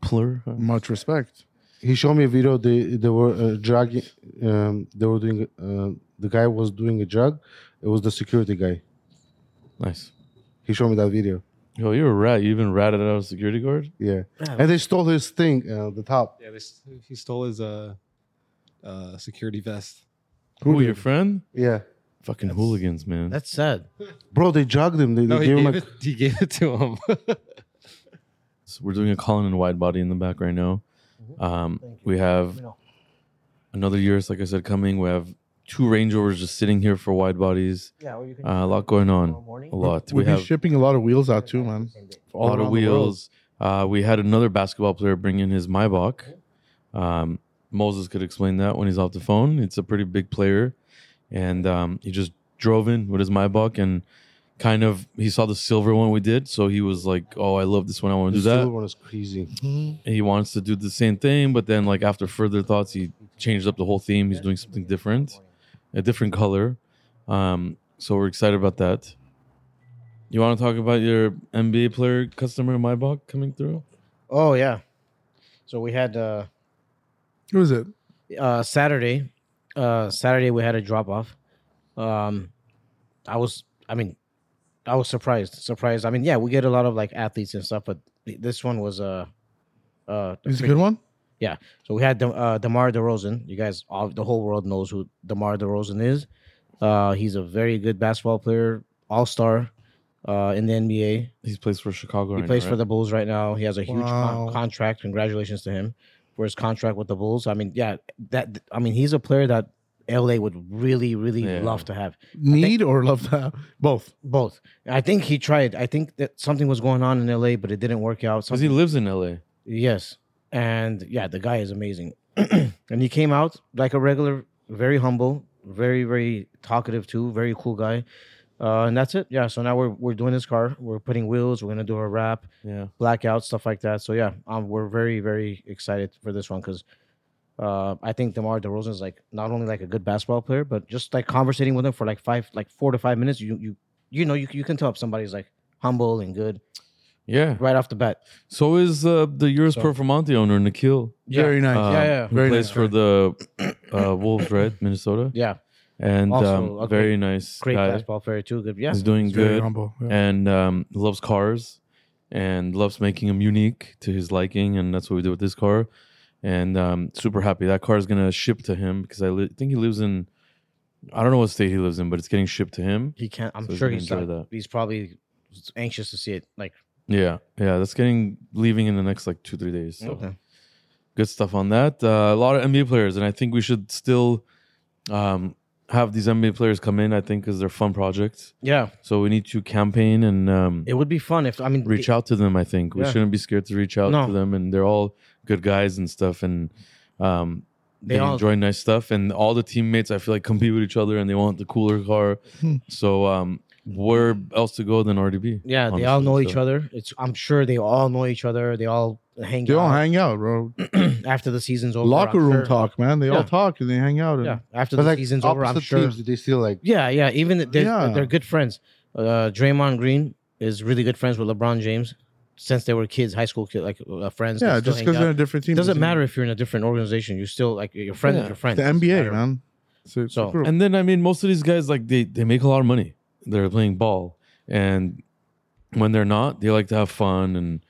Plur. huh? much respect. he showed me a video. They they were uh, dragging. Um, they were doing. Uh, the guy was doing a drug. It was the security guy. Nice. He showed me that video. Yo, you're a rat. You even ratted out a security guard. Yeah, Yeah. and they stole his thing. Uh, the top. Yeah, he stole his uh, uh, security vest. Who, your friend? Yeah, Fucking hooligans, man. That's sad. bro, they drugged him. They, they No, he gave him gave, a it, he gave it to him. So we're doing a Colin and wide body in the back right now. Um, we have another year's, like I said, coming. We have two Range Rovers just sitting here for wide bodies. Yeah, or you can Uh, a lot going on. morning. A lot. We We'll be have shipping a lot of wheels out too, man. a lot of around the world. wheels. Uh, we had another basketball player bring in his Maybach. Um, Moses could explain that when he's off the phone. It's a pretty big player, and um, he just drove in with his Maybach and kind of he saw the silver one we did, so he was like, "Oh, I love this one. I want The to do that." silver one is crazy. he wants to do the same thing, but then like after further thoughts, he changed up the whole theme. He's doing something different, a different color. Um, so we're excited about that. You want to talk about your NBA player customer Maybach coming through? Oh yeah. So we had uh, Who is it? uh Saturday. Uh Saturday we had a drop off. Um I was I mean I was surprised. Surprised. I mean, yeah, we get a lot of like athletes and stuff, but th- this one was uh uh Is it a good one? So we had De- uh, DeMar DeRozan. You guys, all, the whole world knows who DeMar DeRozan is. Uh, he's a very good basketball player, all star uh, in the NBA. He plays for Chicago. He right plays now, for right? the Bulls right now. He has a huge con- Wow. contract. Congratulations to him for his contract with the Bulls. I mean, yeah, that I mean, he's a player that LA would really, really Yeah. love to have. Need or love to have? Both. Both. I think he tried. I think that something was going on in LA, but it didn't work out. because Something he lives in LA. Yes. And yeah, the guy is amazing. and he came out like a regular, very humble, very, very talkative too, very cool guy. Uh, and that's it. Yeah. So now we're we're doing this car. We're putting wheels. We're gonna do a wrap, Yeah, blackout, stuff like that. So yeah, um, we're very very excited for this one because uh, I think Demar Derozan is like not only like a good basketball player, but just like conversating with him for like five, like four to five minutes, you you you know you you can tell if somebody's like humble and good yeah. right off the bat. So is uh, the Euros So- Performante owner Nikhil. Very nice. um, yeah, yeah. Who Very plays nice for the uh, Wolves, right, Minnesota, Yeah, and Also um, a very nice great guy. basketball player too. Good. Yeah. He's doing He's Very good. humble. Yeah. and um, loves cars and loves making them unique to his liking and that's what we did with this car and um, super happy that car is gonna ship to him because I li- think he lives in I don't know what state he lives in but it's getting shipped to him He can't. I'm So he's sure gonna he's enjoy not- that. He's probably anxious to see it. Like yeah yeah that's getting leaving in the next like two three days so okay. good stuff on that uh, a lot of NBA players and I think we should still um, have these NBA players come in I think because they're fun projects yeah, so we need to campaign and um, it would be fun if I mean reach it- out to them. I think we Yeah. shouldn't be scared to reach out No. to them, and they're all good guys and stuff, and um, They they, all- enjoy nice stuff. And all the teammates, I feel like, compete with each other, and they want the cooler car. Hmm. so um, where else to go than RDB? Yeah, they all honestly, know each so. other. It's I'm sure they all know each other. They all hang They all uh, out hang out, bro. after the season's over. Locker I'm room sure. talk, man. They Yeah. all talk and they hang out. And Yeah, after But the like season's opposite over, I'm sure. teams, they still like. Yeah, yeah. Even th- they're, Yeah. they're good friends. Uh, Draymond Green is really good friends with LeBron James since they were kids, high school kid, like uh, friends. they Yeah, still just hang because out. they're a different team it doesn't doesn't matter if you're in a different organization. You still like your friend Yeah. is your friend. The It doesn't NBA, matter. man. So, it's So- cool. And then I mean, most of these guys like they they make a lot of money. They're playing ball, and when they're not, they like to have fun and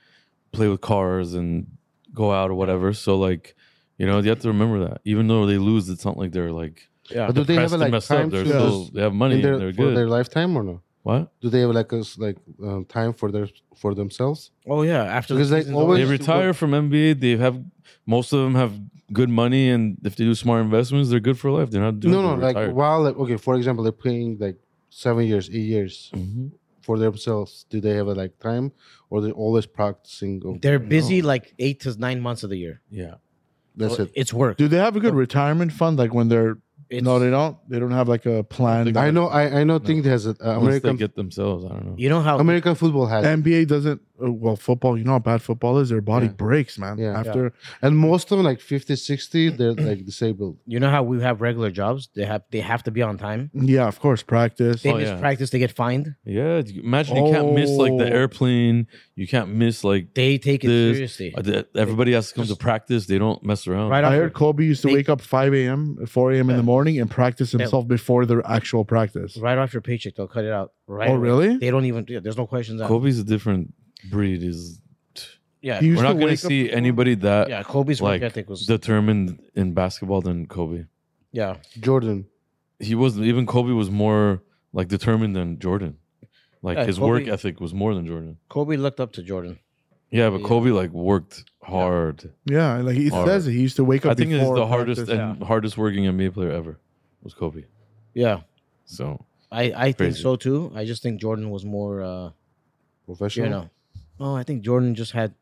play with cars and go out or whatever. So like, you know, you have to remember that. Even though they lose, it's not like they're like Yeah. But do they have depressed and like messed time They're to still, they have money. and in their, they're for good. their lifetime or no? What? Do they have like a s- like um, time for their for themselves? Oh yeah, after Because, the like, season's always- They over. Well, retire from NBA. They have most of them have good money, and if they do smart investments, they're good for life. They're not doing no, no. they're Like retired. while like, okay, for example, they're playing like seven years, eight years Mhm. for themselves. Do they have a like time, or they're always practicing? Of, they're busy like eight to nine months of the year. Yeah, that's So it. It's work. Do they have a good retirement fund? Like when they're It's, no, they don't. They don't have like a plan. I know. I I know. Think there's a, Unless American they get themselves. I don't know. you know how American football has, it. NBA doesn't. uh, Well, football. You know how bad football is. Their body Yeah. breaks, man. Yeah. After and most of them like 50, 60, they're like disabled. you know how we have regular jobs. They have they have to be on time. yeah, of course, practice. They Oh, miss yeah. practice, they get fined. Yeah, it's- imagine you can't miss like the Oh. airplane. You can't miss like They take it This- seriously. uh, the- everybody has to come to practice. They don't mess around. Right I after heard Kobe used to They- wake up 5 a.m., 4 a.m. in the morning and practice Yeah. himself before their actual practice. right off your paycheck, they'll cut it out. Right. Oh, away. really? They don't even. Yeah, there's no questions asked. Kobe's a different breed. Is Yeah. He used we're not to going to wake up see before- anybody that Yeah. Kobe's uh, like, work ethic was. determined in basketball than Kobe. yeah. Jordan, He wasn't even Kobe was more like determined than Jordan. Like Yeah, his work Kobe- ethic was more than Jordan. Kobe looked up to Jordan. Yeah, but Yeah. Kobe like worked hard. Yeah, like he Hard. says, he used to wake up. I think it's before the hardest practice. and hardest working NBA player ever was Kobe. Yeah. So I I think Crazy. so too. I just think Jordan was more. uh professional. You know. Oh, I think Jordan just had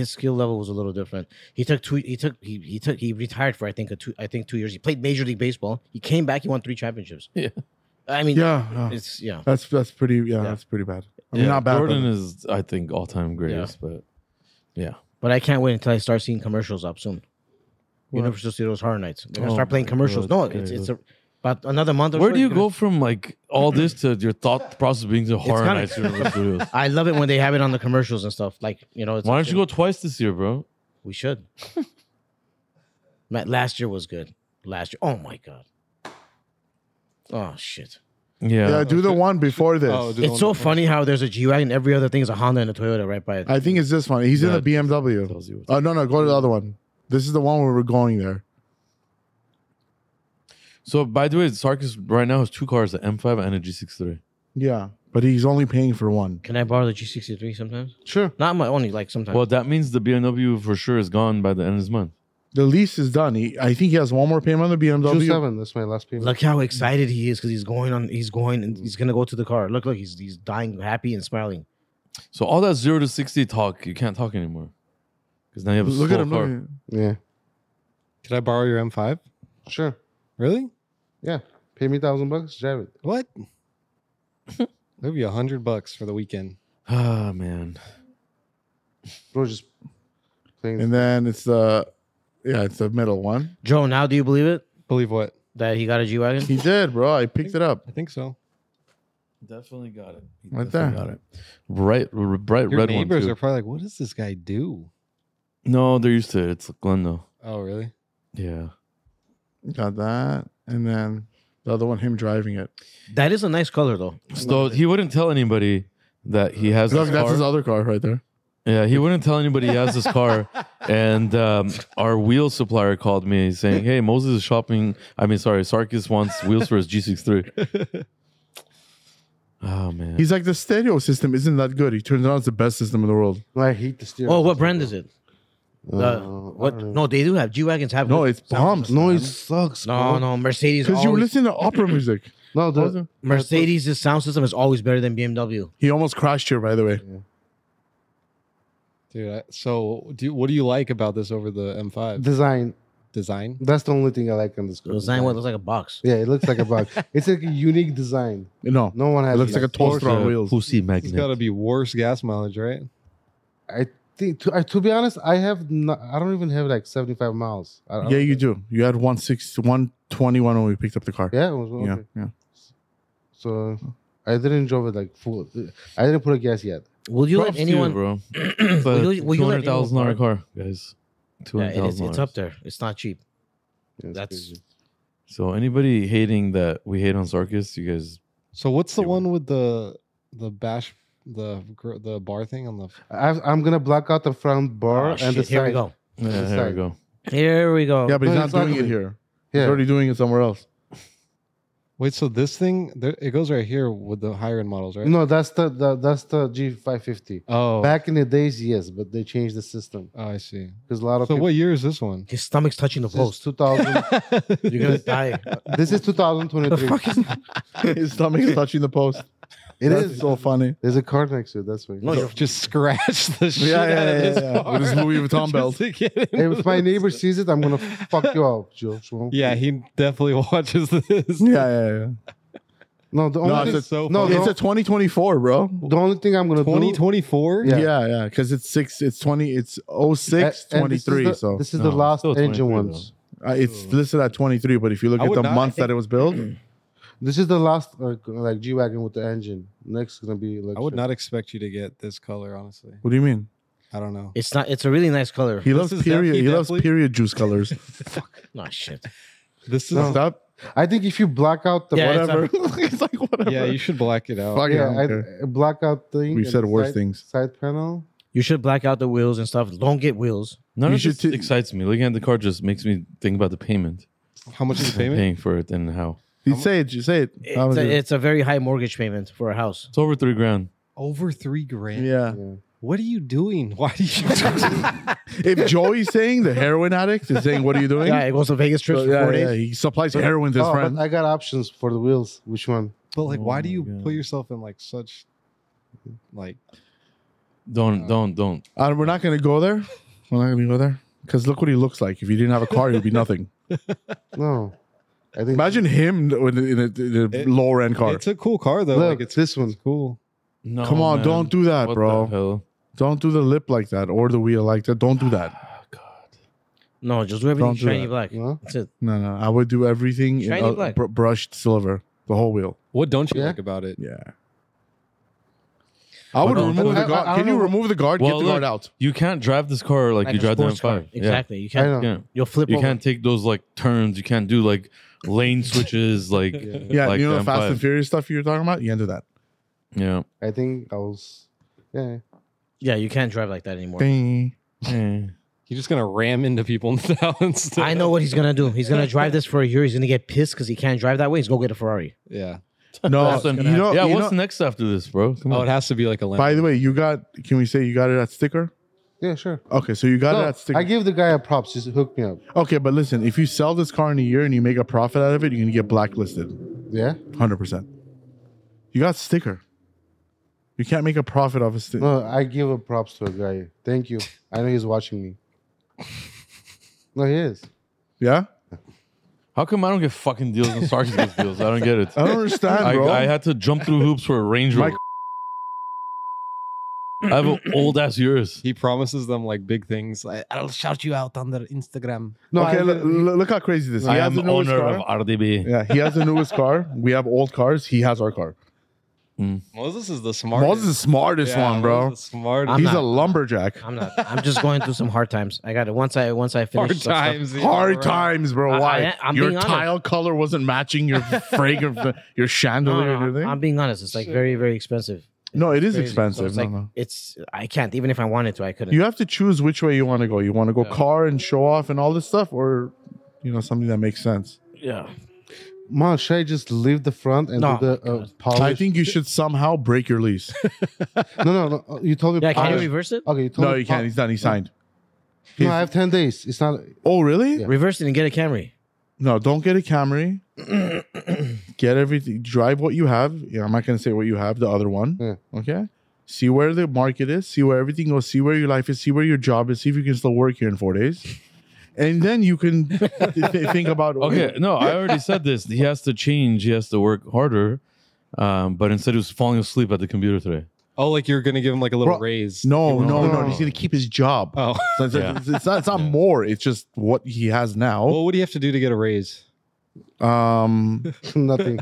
his skill level was a little different. He took two. He took he he took he retired for I think a two. I think two years. He played Major League Baseball. He came back. He won three championships. Yeah. I mean, yeah, yeah. it's yeah. that's that's pretty. Yeah, Yeah. that's pretty bad. I mean, yeah, not bad. Jordan but- is I think all time greatest, but But I can't wait until I start seeing commercials up soon. Universal Studios Horror Nights. They're gonna Oh start playing my commercials. God, No, okay, it's it's look. a, about another month. Or Where so, do you you're gonna- go from like all this to your thought process being to horror kinda- nights? Universal Studios? I love it when they have it on the commercials and stuff. Like you know, it's Why don't you go twice this year, bro? We should. Matt, last year was good. Last year, oh my god. Oh shit. Yeah, yeah, do the one before this. Oh, do- It's so funny how there's a G wagon. Every other thing is a Honda and a Toyota right by it. I think it's this one. He's Yeah. in the BMW. tells you what's- Oh no, no, go to the other one. This is the one where we're going there. So by the way, Sarkis right now has two cars: an M5 and a G63. Yeah, but he's only paying for one. Can I borrow the G63 sometimes? Sure, Not my only, like sometimes. Well, that means the BMW for sure is gone by the end of this month. the lease is done. He, I think he has one more payment on the Two BMW. seven. That's my last payment. Look how excited he is because he's going on. He's going and he's gonna go to the car. Look, look, he's he's dying, happy and smiling. So all that zero to sixty talk, you can't talk anymore because now you have a Look slow at him. car. Look at him. yeah, Could I borrow your M5? sure. Really? Pay me thousand bucks, drive it. What? That'd be a hundred bucks for the weekend. Ah man, Bro, just playing. And then it's the, yeah, it's the middle one. Joe, now do you believe it Believe what? that he got a G wagon? He did, bro. I picked it up. I think so. definitely got it. Right there. got it. Bright, r- bright Your red one neighbors too. are probably like, "What does this guy do?" no, they're used to it. It's Glendo. Oh, really? Yeah, Got that. And then the other one, him driving it. That is a nice color though. so he wouldn't tell anybody that he has. Look, this that's car. his other car right there. Yeah, he wouldn't tell anybody he has this car. And um, our wheel supplier called me saying, "Hey, Moses is shopping. I mean, sorry, Sarkis wants wheels for his G63." Oh man, He's like, the stereo system isn't that good. He turns out it's the best system in the world. No, I hate the steering. Oh, what brand is it? Uh, The- I don't what? know. No, they do have G wagons. Have No, good it's sound bombs. system. No, it sucks. No, bro. no, Mercedes. Because you always- listen to opera music. no. The, Mercedes' sound system is always better than BMW. He almost crashed here, by the way. Dude, I, so do you, what do you like about this over the M5 design. design? That's the only thing I like on this car. The design one looks like a box. Yeah, it looks like a bug. it's like a unique design. No, No one has. it looks like that. a toaster on wheels. pussy It's got to magnet. be worse gas mileage, right? I think. To, I, to be honest, I have. Not, I don't even have like seventy-five miles. I, I don't Yeah, you think- do. You had 160, 121 when we picked up the car. Yeah, it was, okay. Yeah. yeah. So I didn't drive it like full. I didn't put a gas yet. Will you let anyone? bro? It's a Will you- will you two let hundred thousand dollar anyone car, guys. Two Yeah, hundred it is, thousand it's dollars. up there. It's not cheap. Yeah, it's That's- crazy. So anybody hating that we hate on Sarkis, you guys. So what's the You want- one with the the bash the gr- the bar thing on the? I've, I'm gonna block out the front Oh, bar and shit, the here we side. go. Yeah, here we Sorry. go. Here we go. Yeah, but he's No, not it's doing ugly. it here. Yeah, He's already doing it somewhere else. Wait, so this thing there, it goes right here with the higher end models, right? No, that's the, the that's the G550. Oh, Back in the days, yes, but they changed the system oh I see. because a lot of So people. what year is this one? His stomach's touching the This post. is 2000. You're gonna die. this is 2023. His stomach is touching the post. It That's is. so funny. There's a card next to it. That's why. No, you're just scratch the shit yeah, out of yeah, this yeah, yeah. car With his Louis Vuitton just belt. to get Hey, into if my this. neighbor sees it, I'm gonna fuck you up, Joe. Yeah, he definitely watches this. Yeah, yeah, yeah. No, the only No, thing, it's so no, funny. the, it's a 2024, bro. the only thing I'm gonna Twenty do. twenty four. Yeah. Yeah, yeah, because it's six, it's 20, it's 06, a- and this is 23. the- so this is No, the last still engine 23 ones. uh, it's listed at 23, but if you look I at would the not- month that it was built, This is the last uh, like G wagon with the engine. Next is gonna be like. I would not expect you to get this color, honestly. what do you mean? I don't know. It's not. It's a really nice color. He This loves is def- period, he he loves definitely- period juice colors. No shit. This is No. Stop, I think if you black out the Yeah, it's whatever. whatever. it's like, whatever. yeah. You should black it out. Fuck it, I don't Yeah, care. I, black out thing. We've and said worse side- things. Side panel. You should black out the wheels and stuff. Don't get wheels. None You of should this t- excites me. Looking at the car just makes me think about the payment, How much is the payment? paying for it, and how. You say it, you say it. How It's was a, it? it's a very high mortgage payment for a house. It's over three grand. Over three grand. yeah. Yeah. What are you doing? Why do you? If Joey's saying the heroin addict is saying, what are you doing? Yeah, it goes to Vegas trips So, for Oh, yeah, four yeah, days. he supplies heroin to his Oh, friend. but I got options for the wheels. Which one? but like, why Oh do my you God. put yourself in like such, like? Don't, Oh. Yeah. don't, don't. Uh, we're not going to go there. We're not going to go there. Because look what he looks like. If he didn't have a car, he'd be nothing. No, I think. Imagine him in a, in a, in a It- lower end car. It's a cool car though. Look, like it's, this one. it's cool. No, Come on, man. don't do that, What bro. The hell? Don't do the lip like that or the wheel like that. Don't do that. Ah, God. No, just do everything Don't do shiny that. black. No? That's it. No, no. I would do everything in Shiny uh, black. br- brushed silver, the whole wheel. What don't you Yeah. like about it? Yeah. I would Well, no, remove I- the guard. I- I Can don't you know- remove the guard? Well, Get the guard look, out. You can't drive this car like, Like you a drive the sports car. M5. Yeah. Exactly. You I can't. know. Yeah. You'll flip. You over. can't take those like turns. You can't do like lane switches. Like Yeah, like um, you know the the Fast M5. and Furious stuff you were talking about? You into that. yeah. I think I was. Yeah. Yeah, you can't drive like that anymore. Ding. Eh. You're just gonna ram into people in the balance. I know what he's gonna do. He's gonna drive this for a year. He's gonna get pissed because he can't drive that way. He's gonna get a Ferrari. Yeah. No, Listen, Oh, you know, yeah. you What's know- next after this, bro? Come Oh, on. it has to be like a by lamp. the way, you got, can we say you got it at sticker? Yeah. Sure. Okay, so you got it No, at sticker. I give the guy a props. Just hook me up. Okay, but listen, if you sell this car in a year and you make a profit out of it, you're gonna get blacklisted. Yeah. 100%. You got sticker. You can't make a profit off a sticker. No, I give a props to a guy. Thank you. I know he's watching me. No, he is. Yeah? How come I don't get fucking deals and Sarkis gets deals? I don't get it. I don't understand, I, bro. I had to jump through hoops for a Range My- Rover. I have an old ass Urus. He promises them like big things. Like, I'll shout you out on the Instagram. No, okay, I, look, look how crazy this is. He I has am the newest owner car. of RDB. Yeah, he has the newest car. We have old cars. He has our car. Moses is the smartest. Moses is the smartest Yeah, one, bro. Moses is the smartest. I'm He's not- a lumberjack. I'm not. I'm just going through some hard times. I got it. Once I once I finish Hard the stuff- times. he's Hard around. times, bro. I- Why? I- I'm your being honest. tile color wasn't matching your fragrant, your No, chandelier. no, and I'm- everything. I'm being honest. It's like very very expensive. no, it is Crazy. So expensive. it's no, like- no. It's I can't even if I wanted to. I couldn't. You have to choose which way you want to go. You want to go Yeah. car and show off and all this stuff, or you know something that makes sense. yeah. Ma, should I just leave the front and No, do the my uh, God. polish? I think you should somehow break your lease. no, no, no. uh, You told me. Yeah. Can you polish. reverse it? okay, you told no, me you can't. pol- He's done. He signed. No, I have ten days. It's not. Oh, really? Yeah. Reverse it and get a Camry. No, don't get a Camry. get everything. Drive what you have. Yeah, I'm not gonna say what you have. The other one. Yeah. Okay. See where the market is. See where everything goes. See where your life is. See where your job is. See if you can still work here in four days, and then you can th- think about. Okay, no, I already said this. He has to change. He has to work harder. Um, but instead, he was falling asleep at the computer today. Oh, like you're gonna give him like a little Bro, raise. No, no, no, no. He's gonna keep his job. Oh. So it's, Yeah. it's, it's not, it's not Yeah. more. It's just what he has now. Well, what do you have to do to get a raise? Oh. Um, Nothing.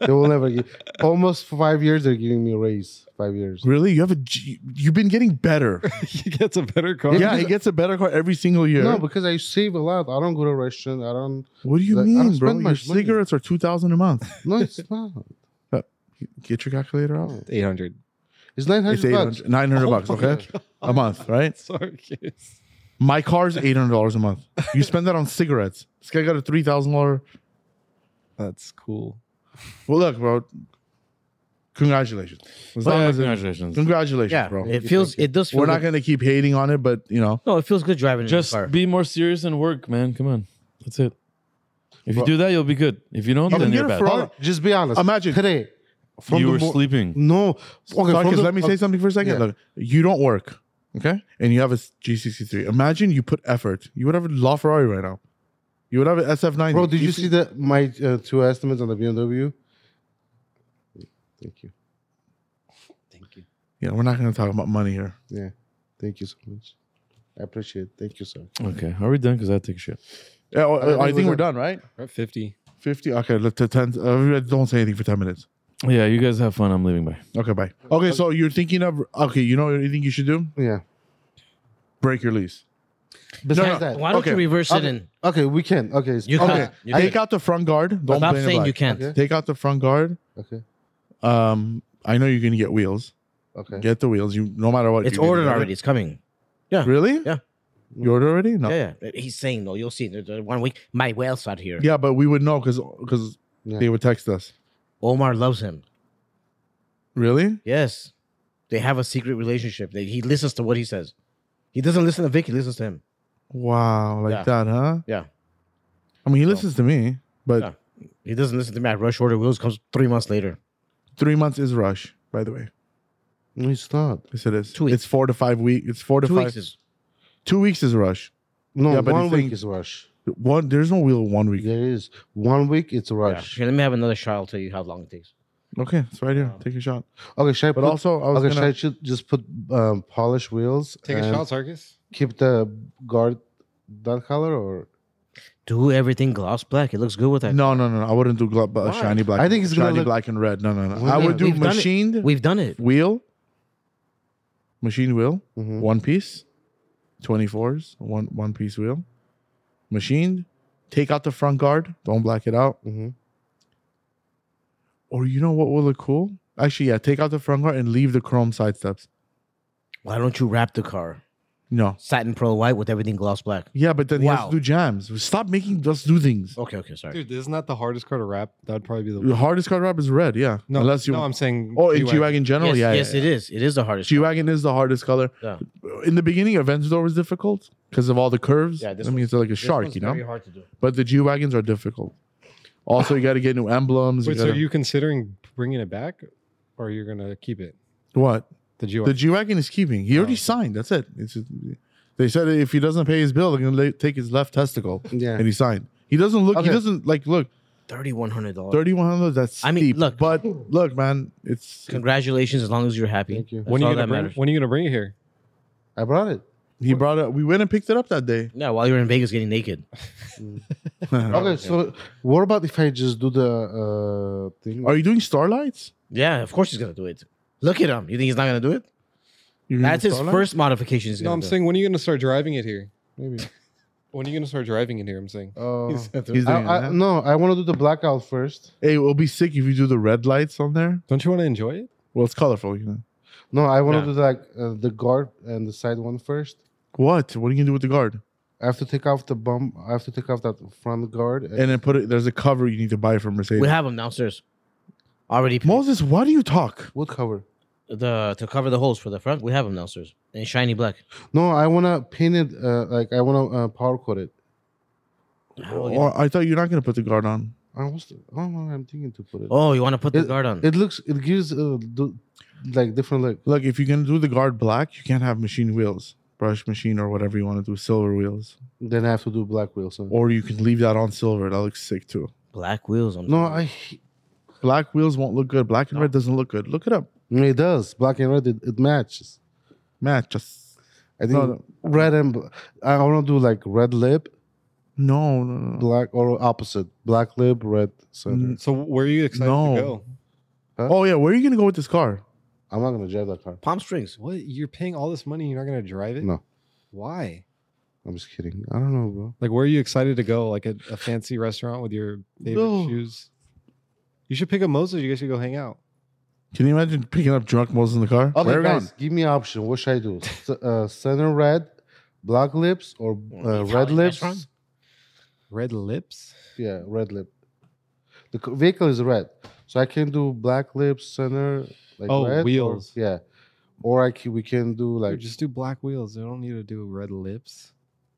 they will never give. Almost five years. They're giving me a raise. Five years. really, you have a. G- You've been getting better. he gets a better car. yeah, he gets a better car every single year. No, because I save a lot. I don't go to restaurant. I don't. what do you I don't mean, bro? spend Your much money. cigarettes are two thousand a month. No, it's not. Get your calculator out. Eight hundred. It's nine It's hundred eight bucks. hundred, nine hundred Oh bucks. my Okay, a month, right? Sorry, kids. My car's eight hundred dollars a month. You spend that on cigarettes. This guy got a three thousand dollar. That's cool. Well, look, bro. Congratulations. As long Yeah, as it- congratulations. congratulations, Yeah, bro. it feels. It does. Feel We're not good. going to keep hating on it, but you know, No, it feels good driving. Just in the car. be more serious and work, man. Come on, that's it. If you Bro. do that, you'll be good. If you don't, You then can you're bad. get a Ferrari. Hold on, just be honest. Imagine- today, from you the were mo- sleeping. No, okay. uh, Sarkis, from the- let me say something for a second. yeah. Look, you don't work, okay? And you have a G63. Imagine you put effort. You would have a La Ferrari right now. You would have an SF90. Bro, did you see that my uh, two estimates on the BMW? Thank you. Yeah, we're not going to talk about money here. Yeah, thank you so much. I appreciate it. Thank you, sir. Okay, are we done? Because I take shit. Yeah, oh, I think I, think we're we're done, right? We're at 50. 50. Okay, let's to 10. Uh, don't say anything for 10 minutes. Yeah, you guys have fun. I'm leaving. Bye. Okay, bye. Okay, so you're thinking of, okay, you know what you think you should do? Yeah. Break your lease. Besides no, that, Why don't Okay. you reverse it Okay. in? okay, we can. Okay, it's- You okay, can't. You Take can't. out the front guard. Don't Stop blame the saying black. you can't. Okay. Take out the front guard. okay, Um, I know you're going to get wheels. okay. Get the wheels. You No matter what. It's you're gonna ordered get it. already. It's coming. Really? Yeah. You ordered already? No. Yeah, yeah. He's saying though. You'll see. There's uh, one week. My whale's out here. Yeah, but we would know because because Yeah. they would text us. Omar loves him. Really? Yes. They have a secret relationship. They, he listens to what he says. He doesn't listen to Vic. He listens to him. Wow, like Yeah. that, huh? Yeah. I mean, he listens to me, but Yeah. He doesn't listen to me. I rush order wheels comes three months later. three months is rush. By the way, No, it's not. yes, it is. Two weeks. It's four to five weeks. It's four to Two five. weeks is two weeks is rush. No, Yeah, but one it's week in- is rush. One, there's no wheel one week. There is one week. It's yeah. rush. Here, Let me have another shot. I'll tell you how long it takes. Okay, it's right here. Take a shot. Okay, should I But put- also, I was okay, should I gonna. should just put um, polish wheels? Take a and shot, Sarkis. Keep the guard that color, or Do everything gloss black. It looks good with that. No, no, no, no. I wouldn't do glo- but Why? shiny black. I think it's gonna shiny look- black and red. No, no, no. We're I would gonna- do We've done it. machined We've done it. wheel, machine wheel, Mhm. one piece, 24s, one one piece wheel, machined. Take out the front guard. Don't black it out. Mhm. Or you know what will look cool? Actually, yeah, take out the front guard and leave the chrome side steps. Why don't you wrap the car? No. Satin pearl white with everything gloss black. Yeah, but then you have Wow. Oh. to do jams. Stop making us do things. Okay, okay, sorry. Dude, isn't that the hardest car to wrap? That would probably be the The hardest car wrap is red, yeah. No, Unless you no, I'm saying. Oh, in G G-Wagon. Wagon general, yes, yeah. yes, it is. It is the hardest. G Wagon is the hardest color. Yeah. In the beginning, Aventador was difficult because of all the curves. Yeah, this I mean, it's like a This shark, one's you know? Very hard to do. But the G Wagons are difficult. Also, you got to get new emblems. Wait, you so are gotta- you considering bringing it back, or you're gonna keep it? What? The G The G Wagon is keeping. He already Oh. signed. That's it. It's they said if he doesn't pay his bill, they're going to take his left testicle. Yeah. And he signed. He doesn't look, Okay. he doesn't like, look, Thirty-one hundred dollars. Thirty-one hundred. That's I mean, steep, look. but look, man, it's Congratulations, as long as you're happy. Thank you. That's When are all you that gonna bring? matters. When are you gonna bring it here? I brought it. he brought it. We went and picked it up that day. Yeah, while you're in Vegas getting naked. Oh, Okay, so what about if I just do the uh, thing? Are you doing starlights? Yeah, of course he's gonna do it. Look at him. You think he's not gonna do it? You're That's doing his starlights? first modification. He's No, gonna I'm do. saying when are you gonna start driving it here? Maybe. When are you gonna start driving it here? I'm saying. Uh, He's I, doing it, I, huh? no, I want to do the blackout first. Hey, it'll be sick if you do the red lights on there. Don't you want to enjoy it? Well, it's colorful, you know. No, I want to Yeah. do like uh, the guard and the side one first. What? What are you gonna do with the guard? I have to take off the bump. I have to take off that front guard. And, And then put it. There's a cover you need to buy from Mercedes. We have him downstairs. Already p- Moses, why do you talk? what cover? the to cover the holes for the front. We have him downstairs in shiny black. No, I want to paint it. Uh, like I want to uh, power coat it. Oh, Or I thought you're not gonna put the guard on. I was. Oh, no, I'm thinking to put it. Oh, you want to put the guard on? It looks. It gives uh, do, like different look. Look, if you're gonna do the guard black, you can't have machine wheels, brush machine, or whatever you want to do, silver wheels. Then I have to do black wheels. So. Or you can leave that on silver. That looks sick too. black wheels on. No, I. he- Black wheels won't look good. Black and red doesn't look good. Look it up. It does black and red. It, it matches. Match. Just I think No, no. red and bl- I want to do like red lip, No, no, no, no. black or opposite, black lip, red center. So where are you excited No. to go? Oh yeah, where are you gonna go with this car? I'm not gonna drive that car. palm strings. What? You're paying all this money. You're not gonna drive it? No. Why? I'm just kidding. I don't know, bro. Like, where are you excited to go? Like a, a fancy restaurant with your favorite No. shoes. You should pick up Moses. You guys should go hang out. Can you imagine picking up drunk Moses in the car? Okay, Where are we guys, give me an option. What should I do? S- uh, center red, black lips, or uh, Italian red lips? restaurant? Red lips. Yeah, red lip. The c- vehicle is red, so I can do black lips, center, like Oh, red, or- wheels. yeah, or I can, we can do Dude, like just do black wheels. They don't need to do red lips.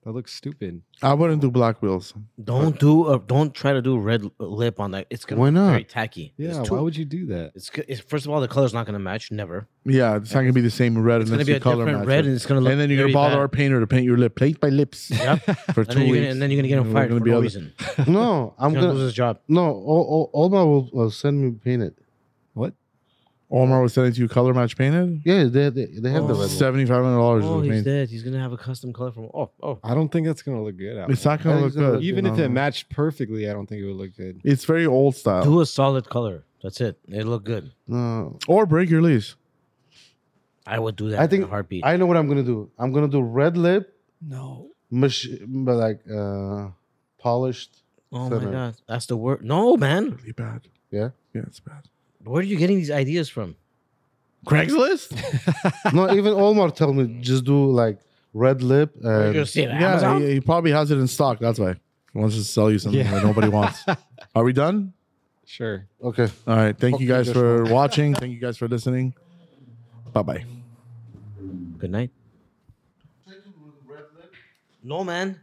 That looks stupid. I wouldn't do black wheels. Don't do a, don't try to do red lip on that. It's gonna Why be very not? tacky. Yeah, it's why would you do that? it's, g- it's first of all the color's not gonna match. Never. Yeah, it's not gonna be the same red It's gonna unless be you a color different match red, it. and it's gonna and, look. then you're gonna very bother bad. our painter to paint your lip paint by lips Yep. for and two then you're weeks. gonna, and then you're gonna get him We're fired gonna for be no other- reason. He's no, I'm gonna gonna lose his job. no. All, all, Olma will, will send me painted. Omar was sending to you color match painted. Yeah, they they, they have Oh. the red. one. Seventy five hundred dollars. Oh, he's dead. He's gonna have a custom color from. Oh, oh. I don't think that's gonna look good. Out It's not I gonna think look it's gonna good. look- Even if No. it matched perfectly, I don't think it would look good. It's very old Oh. style. Do a solid color. That's it. It look good. No, Or break your lease. I would do that. I in think- a heartbeat. I know what I'm gonna do. I'm gonna do red lip, No. mach- but like uh, polished. oh my Seven. god, that's the word. No, man. Really bad. Yeah? Yeah, it's bad. Where are you getting these ideas from? Craigslist? no, even Olmar tell me just do like red lip. You're And, gonna see it on yeah, Amazon? he, he probably has it in stock. That's why he wants to sell you something Yeah. that nobody wants. Are we done? Sure. okay. All right. Thank you Okay, guys Joshua. for watching. Thank you guys for listening. Bye bye. Good night. No, man.